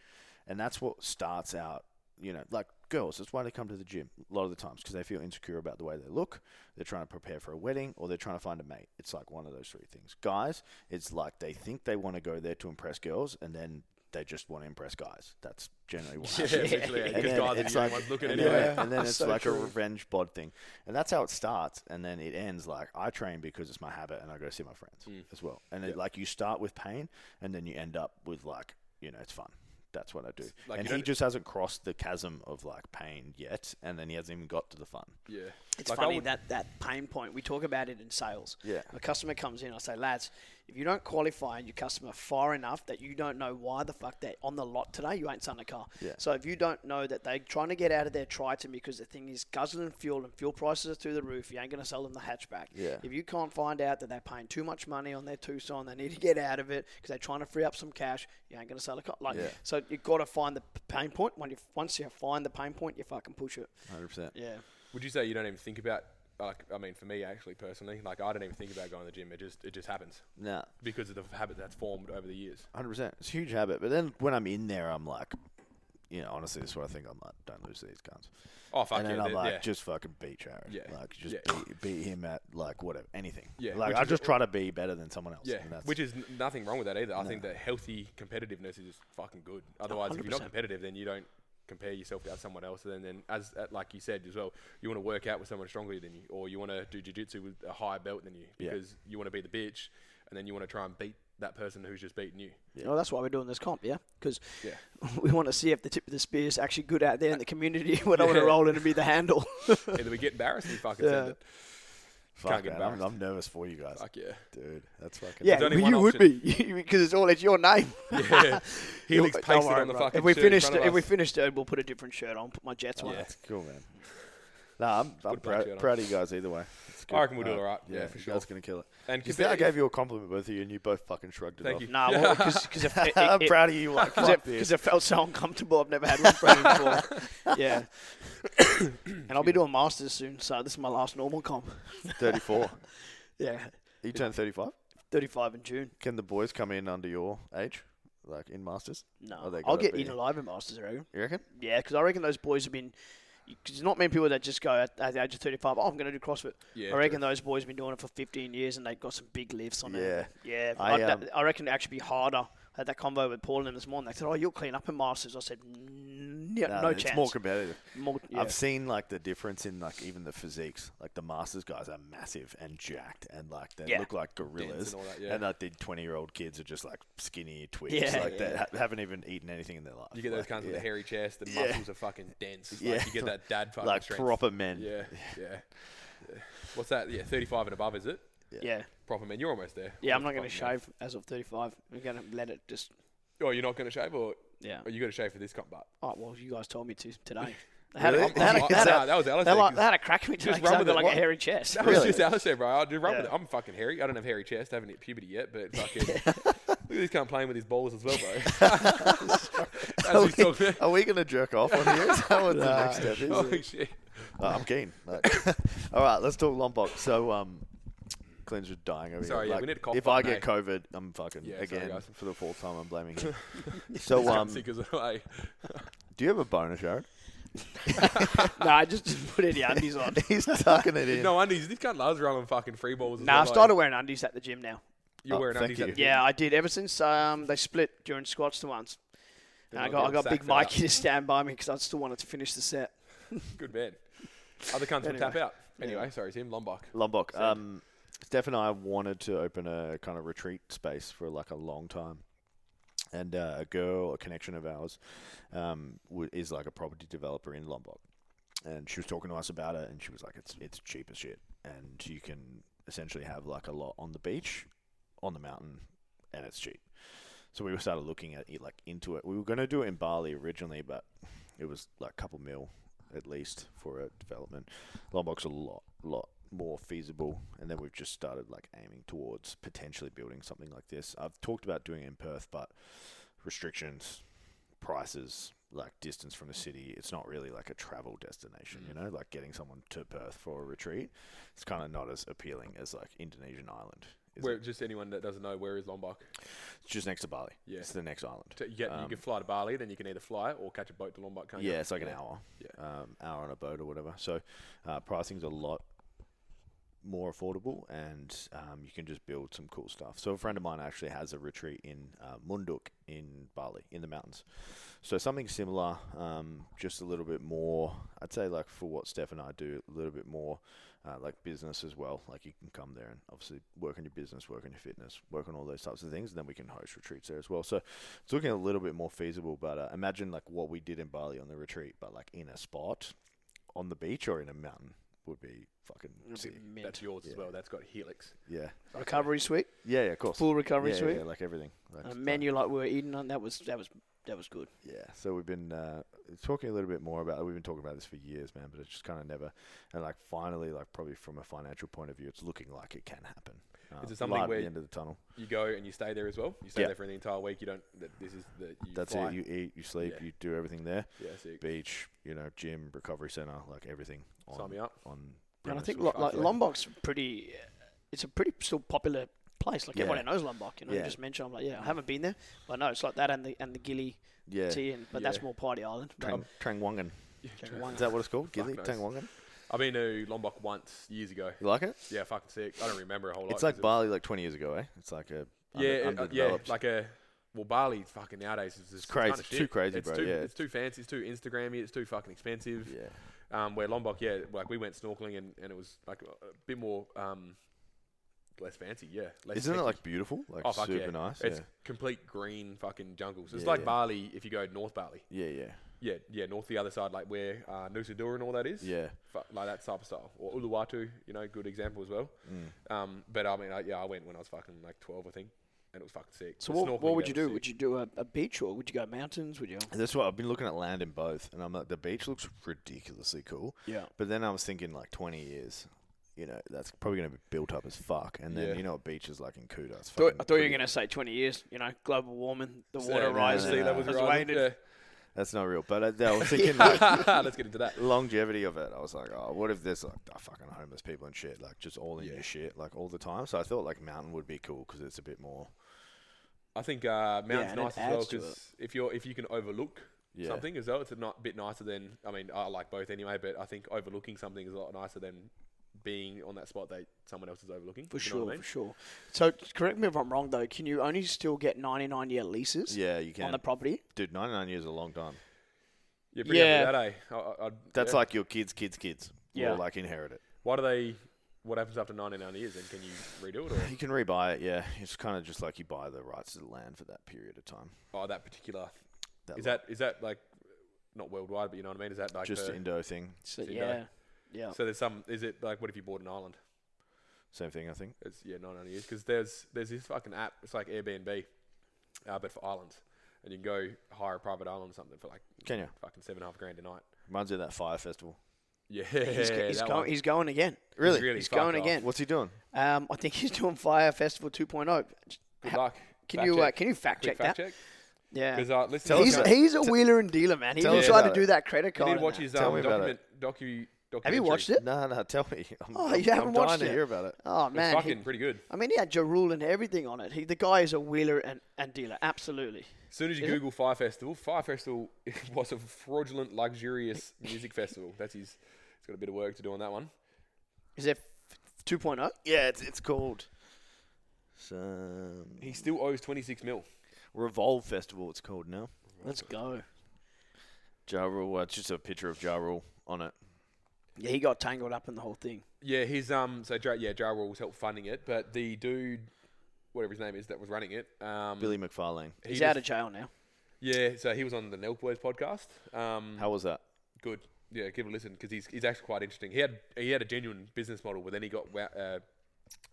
and that's what starts out. You know, like girls, that's why they come to the gym a lot of the times because they feel insecure about the way they look they're trying to prepare for a wedding, or they're trying to find a mate. It's like one of those three things. Guys, it's like they think they want to go there to impress girls, and then they just want to impress guys. That's generally what happens.
essentially,
And
Because
then
guys are
it's
the only
like-
ones looking
and
at it.
then- and then
That's
it's
so
like a
true.
revenge bod thing, and that's how it starts, and then it ends like I train because it's my habit, and I go see my friends
Mm.
as well. And it, like you start with pain, and then you end up with like you know it's fun. That's what I do,
like
and
you
he
don't-
just hasn't crossed the chasm of like pain yet, and then he hasn't even got to the fun.
Yeah.
It's
Like, I
funny
would-
that that pain point. We talk about it in sales.
Yeah.
A customer comes in. I say, lads, if you don't qualify your customer far enough that you don't know why the fuck they're on the lot today, you ain't selling a car.
Yeah.
So if you don't know that they're trying to get out of their Triton because the thing is guzzling fuel and fuel prices are through the roof, you ain't gonna sell them the hatchback.
Yeah.
If you can't find out that they're paying too much money on their Tucson, they need to get out of it because they're trying to free up some cash. You ain't gonna sell a car. Like,
Yeah.
so you gotta find the p- pain point. When you once you find the pain point, you fucking push it.
Hundred percent.
Yeah.
Would you say you don't even think about? Like, I mean, for me actually, personally, like I don't even think about going to the gym. It just it just happens
Nah.
because of the habit that's formed over the years.
Hundred percent. It's a huge habit. But then when I'm in there, I'm like, you know, honestly, this is what I think. I'm like, don't lose these guns.
Oh fuck
and then
yeah,
I'm
they're-
like,
yeah.
just fucking beat Jared.
Yeah.
Like, just
Yeah.
beat, beat him at like whatever, anything.
Yeah,
Like,
which
I
is-
just try to be better than someone else.
Yeah,
and that's,
which is n- nothing wrong with that either. I think that healthy competitiveness is just fucking good. Otherwise, if you're not
100%.
competitive, then you don't compare yourself to someone else. And then, then as uh, like you said as well, you want to work out with someone stronger than you, or you want to do jiu-jitsu with a higher belt than you
Yeah.
because you want to be the bitch, and then you want to try and beat that person who's just beating you.
Well, Oh, that's why we're doing this comp, yeah? Because
Yeah.
we want to see if the tip of the spear is actually good out there in the community. We don't want
Yeah.
to roll in and be the handle.
either we get embarrassed, or we fucking send
Yeah.
it.
fuck,
can't get
man, I'm,
embarrassed.
I'm nervous for you guys,
Fuck yeah.
dude. That's fucking.
yeah,
only
well,
one
you would be. Because it's all, it's your name.
Yeah, Helix
Don't
pasted
worry,
on the
bro.
fucking.
If we
shirt in
finish,
front of
if we
us.
finish third, we'll put a different shirt on, put my Jets one.
Yeah.
That's cool, man. Nah, I'm, I'm
a black
proud,
shirt on.
proud of you guys either way. It's good. Uh,
I reckon we'll do alright. Yeah, for
you
sure.
That's gonna kill it.
And
You see, I
competitive-
gave you a compliment, both of you, and you both fucking shrugged it
Thank
off.
you.
Nah, because it, it,
I'm
it,
proud of you. Like,
Because
fuck
it,
this.
'cause it felt so uncomfortable. I've never had one frame before. yeah. and I'll be doing masters soon, so this is my last normal comp.
34.
Yeah,
You turned 35.
35 in June.
Can the boys come in under your age, like in masters? Oh,
No,
they
I'll
gotta
get
be-
in alive in masters, I reckon.
You reckon?
Yeah, because I reckon those boys have been. Because there's not many people that just go at, at the age of 35, oh, I'm going to do CrossFit.
Yeah,
I reckon those boys have been doing it for 15 years and they've got some big lifts on it. Yeah.
I,
I,
um,
I reckon it'd actually be harder. I had that convo with Paul and him this morning. They said, oh, you'll clean up in Masters. I said, "Mm, no,
No,
no
it's
chance.
more competitive.
More- yeah.
I've seen like the difference in like even the physiques. Like the masters guys are massive and jacked, and like they
Yeah.
look like gorillas.
and all that, yeah.
And like the twenty-year-old kids are just like skinny twigs.
Yeah.
like they
Yeah.
ha- haven't even eaten anything in their life.
You get those
like,
kinds with
yeah.
the hairy chest, the
Yeah.
muscles are fucking dense. Like,
Yeah.
You get that dad fucking
like
strength.
proper men.
Yeah, yeah. yeah. What's that? Yeah, 35 and above, is it?
Yeah.
yeah.
Proper men. You're almost there.
Yeah, I'm not
Almost
going to
fucking there.
shave as of 35. I'm going to let it just.
Oh, you're not going to shave, or
Yeah.
or you got to shave for this comp, but
Oh well, you guys told me to today. They
Really?
a, they had a,
Nah,
they had a-
that was Alice
They,
there,
like,
'cause-
they had a crack at me today.
Just
'cause
run
I've
with
got
it.
like
What?
a hairy chest.
That was
Really?
just Alistair, bro. I do run with
Yeah.
it. I'm fucking hairy. I don't have hairy chest. I haven't hit puberty yet, but fucking look at this cunt playing with his balls as well, bro.
Are
As he's
we,
talking.
are we gonna jerk off on here? Is that what the
Nah.
next step is?
Holy shit.
Uh, I'm keen. Like, all right, let's talk Lombok. So, um, Clint's just dying over
Sorry,
here.
yeah,
Like,
we need to cough
If I
button,
get
eh?
COVID, I'm fucking
Yeah, sorry,
again
guys.
for the fourth time. I'm blaming him. so,
This
um,
cunt's sick as well, eh?
do you have a bonus, Aaron?
no, I just, just put any undies on.
He's tucking it in.
No undies. This cunt loves running fucking free balls. as
Nah, I
well, eh?
started wearing undies at the gym now.
You're
Oh,
wearing
thank
undies. at
you.
the
Yeah, I did ever since um, they split during squats to ones. And
Yeah,
I
I'll
got
get
I got
sacked
Big
for that.
Mikey to stand by me because I still wanted to finish the set.
Good man. Other cunts
Anyway.
will tap out. Anyway, sorry, Tim Lombok.
Lombok. Um, Steph and I wanted to open a kind of retreat space for like a long time. And uh, a girl, a connection of ours, um, w- is like a property developer in Lombok. And she was talking to us about it, and she was like, "It's it's cheap as shit, and you can essentially have like a lot on the beach, on the mountain, and it's cheap." So we started looking at it, like into it. We were going to do it in Bali originally, but it was like a couple mil at least for a development. Lombok's a lot, lot more feasible, and then we've just started like aiming towards potentially building something like this. I've talked about doing it in Perth, but restrictions, prices, like distance from the city, it's not really like a travel destination. You know, like getting someone to Perth for a retreat, it's kind of not as appealing as like Indonesian island. Is
Where,
it?
just anyone that doesn't know, where is Lombok?
It's just next to Bali.
Yeah.
it's the next island.
So you, get, you
Um,
can fly to Bali, then you can either fly or catch a boat to Lombok. Can't you?
Yeah, it's like an
Yeah.
hour.
Yeah.
Um, hour on a boat or whatever. So uh, pricing's a lot more affordable and um, you can just build some cool stuff. So a friend of mine actually has a retreat in uh, Munduk in Bali, in the mountains. So something similar, um, just a little bit more, I'd say like for what Steph and I do, a little bit more uh, like business as well. Like you can come there and obviously work on your business, work on your fitness, work on all those types of things. And then we can host retreats there as well. So it's looking a little bit more feasible, but uh, imagine like what we did in Bali on the retreat, but like in a spot on the beach or in a mountain would be fucking sick.
That's yours as well. That's got helix.
Yeah.
Recovery suite,
Yeah, yeah, of course.
full recovery
yeah,
suite.
yeah, like everything. Like,
A
uh,
menu like we were eating on that was that was that was good.
Yeah. So we've been uh, talking a little bit more about. We've been talking about this for years, man. But it's just kind of never, and like finally, like probably from a financial point of view, it's looking like it can happen. Uh,
Is it something
light at
where
the end of the tunnel?
You go and you stay there as well. You stay
Yeah.
there for the entire week. You don't. That, this is the. You
That's
fly.
it. You eat, you sleep,
Yeah.
you do everything there.
yeah, sick.
Beach, you know, gym, recovery center, like everything. On,
Sign me up.
On.
and I
premise,
think
which
lo- like
feel
Lombok's pretty. uh, It's a pretty still popular place. Like
Yeah.
everyone knows Lombok. You know,
Yeah.
you just mentioned. I'm like, yeah, I haven't been there, but no, it's like that and the and the Gilly
Yeah.
tea, and, but
Yeah.
that's more party island. But
Trang, Trangwangan.
Trang Wang-
Is that what it's called? Gilly
knows.
Trangwangan.
I've been to Lombok once years ago.
You like it?
Yeah, fucking sick. I don't remember a whole lot.
It's like
'cause
Bali, like 20 years ago, eh? It's like a
it-
under-
Yeah, it- uh, yeah,
underdeveloped-
like a. Well, Bali fucking nowadays is just a ton
crazy.
of
It's too
shit.
crazy,
it's
bro,
Too,
yeah.
It's too fancy. It's too Instagrammy. It's too fucking expensive.
yeah.
Um, where Lombok, yeah, like we went snorkeling and, and it was like a a bit more um, less fancy, yeah. Less
Isn't it
techy.
like beautiful? Like
Oh, fuck
super
yeah.
nice.
It's complete green fucking jungles. It's
Yeah,
like
yeah.
Bali if you go north Bali.
yeah. Yeah, yeah.
Yeah, yeah, north the other side, like where uh, Nusa Dua and all that is.
Yeah.
Fu- like that type of style. Or Uluwatu, you know, good example as well.
Mm.
Um, but I mean, I, yeah, I went when I was fucking like 12, I think, and it was fucking sick.
so
The
what,
snorkeling
what would
there
you
was
do?
sick.
Would you do a, a beach or would you go mountains? Would you?
And That's what I've been looking at land in both, and I'm like, the beach looks ridiculously cool.
Yeah.
But then I was thinking, like, 20 years, you know, that's probably going to be built up as fuck. And then
Yeah.
you know what beaches like in Kuta. It's
Thought, I
fucking
thought you were
pretty-
going to say 20 years. You know, global warming, the
So,
water
yeah,
no,
rise, the
no,
sea
no.
levels
has
rising.
waned.
That's not real. But I, I was thinking, like,
Yeah. Let's get into that.
longevity of it. I was like, oh, what if there's like oh, fucking homeless people and shit, like just all in your shit, like all the time. So I thought like mountain would be cool because it's a bit more.
I think uh, mountain's
and it
nice as well
adds to it.
because if you're if you can overlook
Yeah.
something as well, it's a not, bit nicer than. I mean, I like both anyway, but I think overlooking something is a lot nicer than being on that spot that someone else is overlooking.
For
you know
sure,
what I mean?
for sure. So correct me if I'm wrong, though. Can you only still get 99 year leases
Yeah, you can.
on the property?
Dude, 99 years is a long time.
You're pretty
Yeah.
yeah. that, eh? I, I, I'd-
That's
yeah.
like your kids, kids, kids.
Yeah.
Or like inherit it.
Why do they? What happens after 99 years? Then can you redo it,
You
or
can rebuy it, yeah. It's kind of just like you buy the rights to the land for that period of time.
oh, that particular
That
is that is that like not worldwide, but you know what I mean? Is that like
just
per-
Indo thing.
So,
So,
yeah.
yeah.
Yeah.
so? There's some. Is it like what if you bought an island?
Same thing, I think.
It's yeah, 99 years because there's there's this fucking app. It's like Airbnb, uh, but for islands, and you can go hire a private island or something for like
Can you?
fucking seven and a half grand a night.
Reminds me of that fire festival.
Yeah,
he's, he's,
that
go-
one.
he's going again.
Really?
really
he's
fucked
going
off.
again.
What's he doing?
Um, I think he's doing Fire Festival 2.0.
Good
Ha-
luck.
Can
Fact
you uh,
check.
can you fact
Quick
check
fact
that?
check?
Yeah.
Because uh, listen,
Tell
to
us
He's,
Joe-
about-
he's a wheeler and dealer, man. He
Tell
really
us
tried to
about
do
it.
that credit
you
card.
need to
and
watch
that.
his
Tell me
um,
about
document
it.
docu.
Have you
documentary.
watched it?
No, no, tell me. I'm,
Oh,
I'm,
you haven't
I'm dying
watched
to
it?
hear about it.
Oh
It's
man, he-
fucking pretty good.
I mean, he had Ja Rule and everything on it. He, the guy is a wheeler and, and dealer, absolutely.
As soon as you
Is it?
Google Fire Festival, Fire Festival was a fraudulent, luxurious music festival. That's his. He's got a bit of work to do on that one.
Is there f- oh? 2.0?
Yeah, it's, it's called some
He still owes 26 mil.
Revolve Festival. It's called now.
Let's go.
Ja Rule. uh, it's just a picture of Ja Rule on it.
Yeah, he got tangled up in the whole thing.
Yeah, he's um. So Ja, yeah, Ja Rule was help funding it, but the dude, whatever his name is, that was running it. Um,
Billy McFarlane.
he
He's
was-
out of jail now.
Yeah, so he was on the Nelk Boys podcast. Um,
How was that?
good. Yeah, give it a listen because he's, he's actually quite interesting. He had he had a genuine business model, but then he got wou- uh,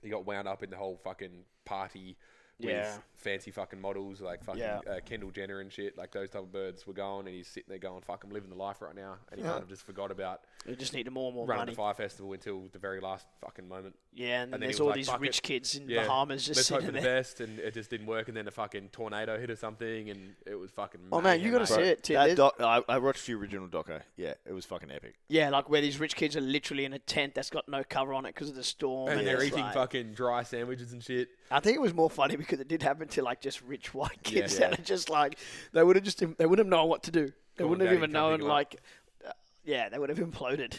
he got wound up in the whole fucking party with
Yeah.
fancy fucking models like fucking
Yeah.
uh, Kendall Jenner and shit. Like those type of birds were going, and he's sitting there going, "Fuck, I'm living the life right now," and he kind of just forgot about
They just need more and more
running
money.
the fire festival until the very last fucking moment.
Yeah, and, then
And then he
there's
was
all
like,
these
"Fuck
rich
it."
kids in
Yeah,
Bahamas just
let's hope for
sitting
the
there.
best, and it just didn't work. And then a fucking tornado hit or something, and it was fucking.
Oh man, you
mayhem,
gotta
mate.
see it, Tim.
That
There's-
doc- I, I watched the original doco. Yeah, it was fucking epic.
yeah, like where these rich kids are literally in a tent that's got no cover on it because of the storm.
And they're
it's
eating
like-
fucking dry sandwiches and shit.
I think it was more funny because it did happen to like just rich white
Yeah.
kids
Yeah.
that are just like they would have just they wouldn't have known what to do. They
Call
wouldn't have
daddy,
even
come pick
known
'em up.
like, uh, yeah, they would have imploded.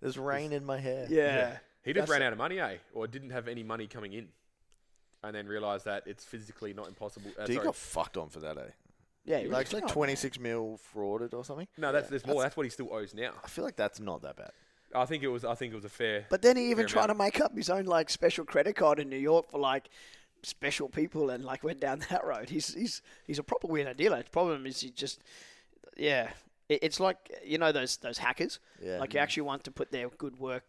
There's rain in my hair.
yeah.
He just
That's
ran out of money, eh? Or didn't have any money coming in, and then realised that it's physically not impossible. Uh,
Dude, you
sorry.
got fucked on for that, eh?
Yeah, he
Like,
was
like
not,
26 mil frauded or something.
no, that's there's more. That's, what he still owes now.
I feel like that's not that bad.
I think it was. I think it was a fair.
But then he even
Fair
tried to make up his own like special credit card in New York for like special people and like went down that road. He's he's he's a proper winner dealer. His problem is he just yeah. It, it's like you know those those hackers.
Yeah.
Like you actually want to put their good work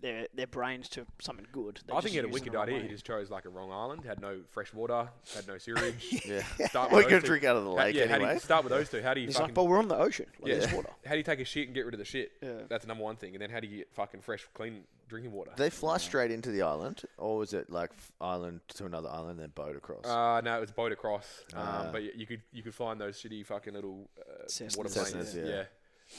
their their brains to something good. They
I
just
think he had a
use it
wicked
the wrong
idea.
way.
He just chose like a wrong island, had no fresh water, had no sewerage.
Yeah.
Start
Well,
with
you
those
gotta
two.
drink out of the
How-
lake
yeah, How do
anyway.
you start with those two? How do you
He's
fucking
like, but we're on the ocean. Like,
yeah.
There's water.
How do you take a shit and get rid of the shit?
Yeah.
That's number one thing. And then how do you get fucking fresh, clean drinking water?
Did they fly straight into the island, or was it like f- island to another island, then boat across?
Uh, no, it was boat across. Um,
Ah.
but you, you could you could find those shitty fucking little uh,
Cessnas.
water
Cessnas,
planes.
yeah.
yeah.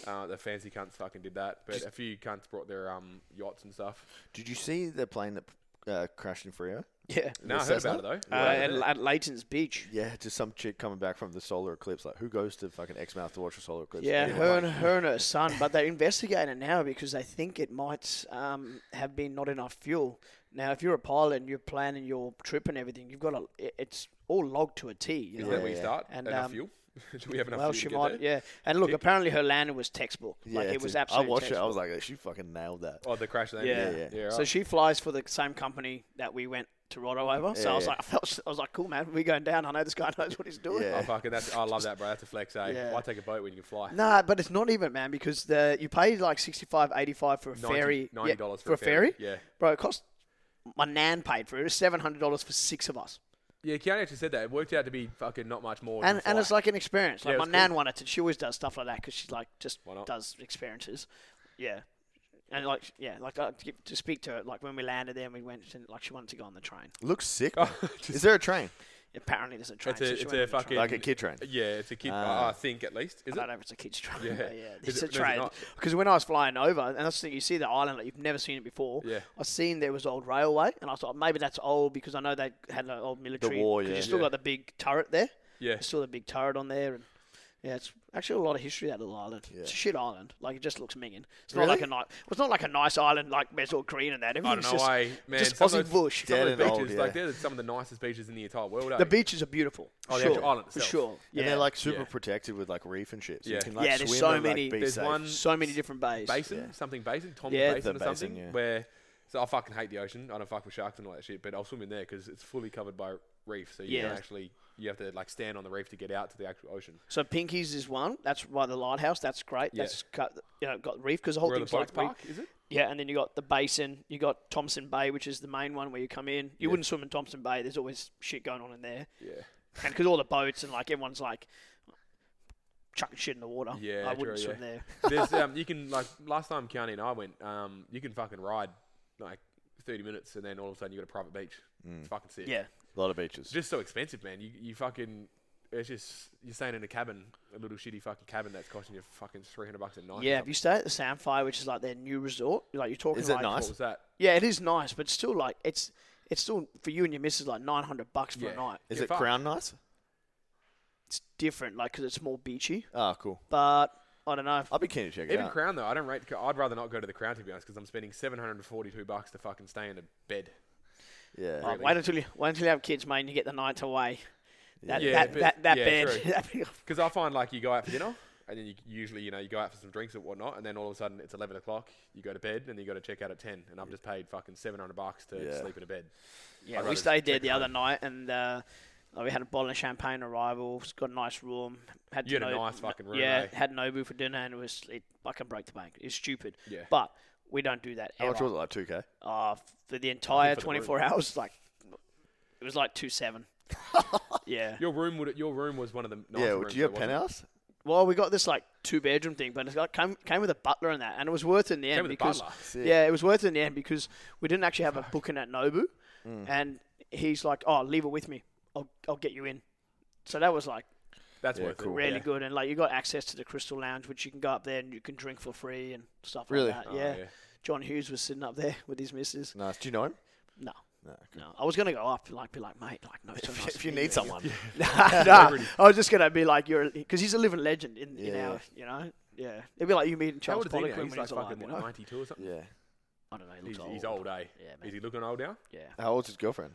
Uh, the fancy cunts fucking did that, but a few cunts brought their um yachts and stuff.
Did you see the plane that uh, crashed in Frio?
Yeah.
No,
The
I heard
Cessna?
about it though.
Uh, at, at Leighton's Beach.
Yeah, just some chick coming back from the solar eclipse. Like, who goes to fucking Exmouth to watch a solar eclipse?
Yeah,
Anyway.
her and, her and her son, but they're investigating it now because they think it might um, have been not enough fuel. Now, if you're a pilot and you're planning your trip and everything, you've got to, it- it's all logged to a T. You
Is
know?
that where
Yeah.
you start?
And,
enough
um,
fuel? Do we have enough
well,
fuel
she
to get
might,
there?
yeah. And look, apparently her landing was textbook.
Yeah,
like, it
it's
was
a-
absolutely
I watched it. I
textbook.
was like, she fucking nailed that.
Oh, the crash landing.
Yeah.
Yeah, yeah.
right.
So she flies for the same company that we went to Roto over. So I was
Yeah.
like, I, felt, I was like, cool, man, we're going down. I know this guy knows what he's doing.
Yeah.
oh fucking that's I love that, bro. That's a flex, eh?
Yeah.
Why take a boat when you can fly?
Nah, but it's not even, man, because the you pay like 65 85 for a
90
ferry.
$90
yeah,
for a ferry. Yeah.
Bro, it cost. My nan paid for it. It was $700 for six of us.
Yeah, Keanu actually said that it worked out to be fucking not much more.
And,
than
and
fly.
it's like an experience. Like
Yeah,
my
it's
nan
cool.
wanted to. She always does stuff like that because she like just
Why not?
does experiences. Yeah. And like yeah, like uh, to, get- to speak to her, like when we landed there and we went, and like she wanted to go on the train.
Looks sick.
Oh,
man. Is there a train?
Apparently, there's a train.
it's
so
a,
she
it's
went on
a
the train.
fucking
Like a kid train.
Yeah, it's a kid.
Uh,
Ah.
I think at least
I
is it?
don't know if it's a kid's train.
Yeah.
but yeah
Is
it's
it-
a
is it
train.
not?
Because when I was flying over, and that's the thing, you see the island, like you've never seen it before.
Yeah.
I seen there was old railway, and I thought maybe that's old because I know they had an old military.
war,
'cause
yeah.
You still
Yeah.
got the big turret there.
Yeah.
You still the big turret on there, and Yeah, it's actually a lot of history that little island. It's a shit island. Like it just looks minging. It's not
Really?
like a nice. Well, it's not like a nice island like there's all green and that.
I don't
Everything's
know
just,
why, man.
just
some of
Aussie
those-
bush.
some of
Dead
those
and old,
beaches,
yeah.
like they're some of the nicest beaches in the entire world.
The
eh?
beaches are beautiful.
Oh, the
sure,
actual island
for
itself.
sure. Yeah,
And they're like super
Yeah.
protected with like reef and shit. So
Yeah.
you can like
Yeah,
swim
there's so
and, like,
many-
be
There's
safe.
one-
so many different bays.
Basin, something Basin, Tom's
Yeah,
Basin
the
or something.
Basin, yeah.
Where, so I fucking hate the ocean. I don't fuck with sharks and all that shit, but I'll swim in there because it's fully covered by reef. So you
Yeah.
can actually, you have to like stand on the reef to get out to the actual ocean.
So Pinkies is one. That's by the lighthouse. That's great.
Yeah.
That's got you know got reef because the whole
Where the
thing's
boats
like reef.
park, is it?
Yeah, and then you got the basin. You got Thompson Bay, which is the main one where you come in. You wouldn't swim in Thompson Bay. There's always shit going on in there,
Yeah.
and because all the boats and like everyone's like chucking shit in the water.
Yeah,
I wouldn't
true,
swim
yeah.
there.
There's, um, you can like last time County and I went, um, you can fucking ride like 30 minutes and then all of a sudden you got a private beach. It's fucking sick.
Yeah,
A lot of beaches.
It's just so expensive, man. You you fucking it's just you're staying in a cabin, a little shitty fucking cabin that's costing you fucking 300 bucks a night. or
yeah. If
something.
you stay at the Sandfire, which is like their new resort, like you're talking.
Is it
like-
nice?
What was that?
Yeah, it is nice, but still like it's it's still for you and your missus like 900 bucks for
Yeah.
a night.
Is
Yeah,
it
fuck.
crown nice?
It's different, like because it's more beachy.
Ah, cool.
But I don't know.
I'll be keen to check it
Even
out.
Crown though, I don't rate. I'd rather not go to the Crown to be honest, because I'm spending 742 bucks to fucking stay in a bed.
yeah.
Oh, wait until you wait until you have kids, mate, and you get the night away. That
Yeah,
that,
but-
that, that
yeah,
bed.
true.
that big-
Because I find like you go out for dinner, and then you usually you know you go out for some drinks and whatnot, and then all of a sudden it's 11 o'clock. You go to bed, and you got to check out at 10, and I've just paid fucking 700 bucks to
Yeah.
sleep in a bed.
yeah,
I'd
we
rather
stayed there
check
the
it
other night, and uh, uh, we had a bottle of champagne arrival. It's got a nice room. Had
You
to
had a
no-
nice fucking room,
Yeah,
eh?
had Nobu for dinner, and it was it fucking broke the bank. It's stupid.
Yeah.
but we don't do that
How
ever.
much was it? Like 2K?
uh, for the entire
for the
24 hours, like it was like two seven. yeah.
Your room would your room was one of the nicer
Yeah.
rooms
Do you have
though, wasn't it?
penthouse?
Well, we got this like two bedroom thing, but it's got came came with a butler and that, and it was worth it in the end
with a
because
butler?
yeah, it was worth it in the end because we didn't actually have a booking at Nobu,
Mm.
and he's like, "Oh, leave it with me. I'll I'll get you in." So that was like
That's
Yeah,
worth
cool.
it.
really
Yeah.
good, and like you got access to the Crystal Lounge, which you can go up there and you can drink for free and stuff
Really?
like that.
Oh,
yeah.
yeah.
John Hughes was sitting up there with his missus.
Nice. Do you know him?
No.
No,
No, I was gonna go up and like be like, mate, like no. it's so nice
If you
to
need
meet
someone.
nah, I was just gonna be like, you're because he's a living legend in, in
Yeah.
our, you know, yeah. It'd be like you meeting
How
Charles
old is he now?
Poliquin when
He's like
he's alive,
fucking
you
what,
know.
92 or something.
Yeah.
I don't know, he looks
He's,
old.
he's old, eh?
Yeah, man.
Is he looking old now?
Yeah,
How old's his girlfriend?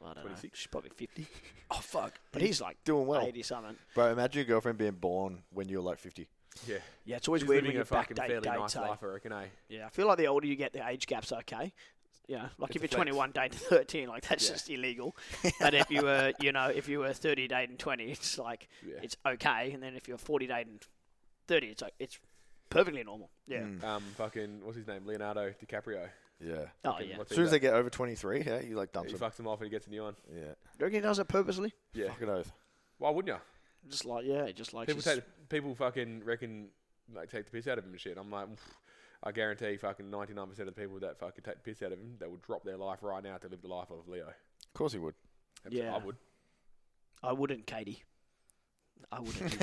I don't
26?
know. She's probably fifty. oh fuck! But he's like
Doing well.
eighty something.
Bro, imagine your girlfriend being born when you're like 50.
Yeah.
Yeah, it's always
He's
weird when
living
you
a fucking
backdate
fairly nice
dates. eh?
life, I reckon, eh?
Yeah, I feel like the older you get, the age gap's okay. Yeah, like
It's
if
a
you're
flex.
21 date to 13, like that's
Yeah.
just illegal. but if you were, you know, if you were 30 date and 20, it's like
Yeah.
it's okay. And then if you're 40 date and 30, it's like it's perfectly normal.
Hmm.
Yeah.
Mm.
Um, fucking, what's his name? Leonardo DiCaprio.
Yeah.
Oh
Fucking
yeah.
what's
As
he
soon as
got?
they get over 23, yeah, you like dumps
He
them.
fucks them off and he gets a new one.
yeah.
Do you reckon he does it purposely?
Yeah.
Fucking oath.
Why wouldn't you?
Just like yeah, just like
People
just-
take the- people fucking reckon like take the piss out of him and shit. I'm like, I guarantee fucking 99 percent of the people that fucking take the piss out of him, they would drop their life right now to live the life of Leo.
Of course he would.
Absolutely.
Yeah.
I would.
I wouldn't, Katie. I wouldn't.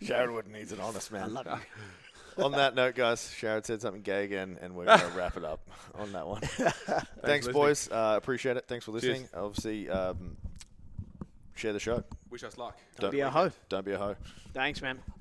Jared Wood needs an honest
I
man.
love you.
on that note, guys, Jared said something gay again, and we're going to wrap it up on that one. Thanks,
for listening.
boys. Uh, appreciate it. Thanks for
Cheers.
listening. Obviously, um, share the show.
Wish us luck.
Don't
be a hoe.
Don't be a hoe.
Thanks, man.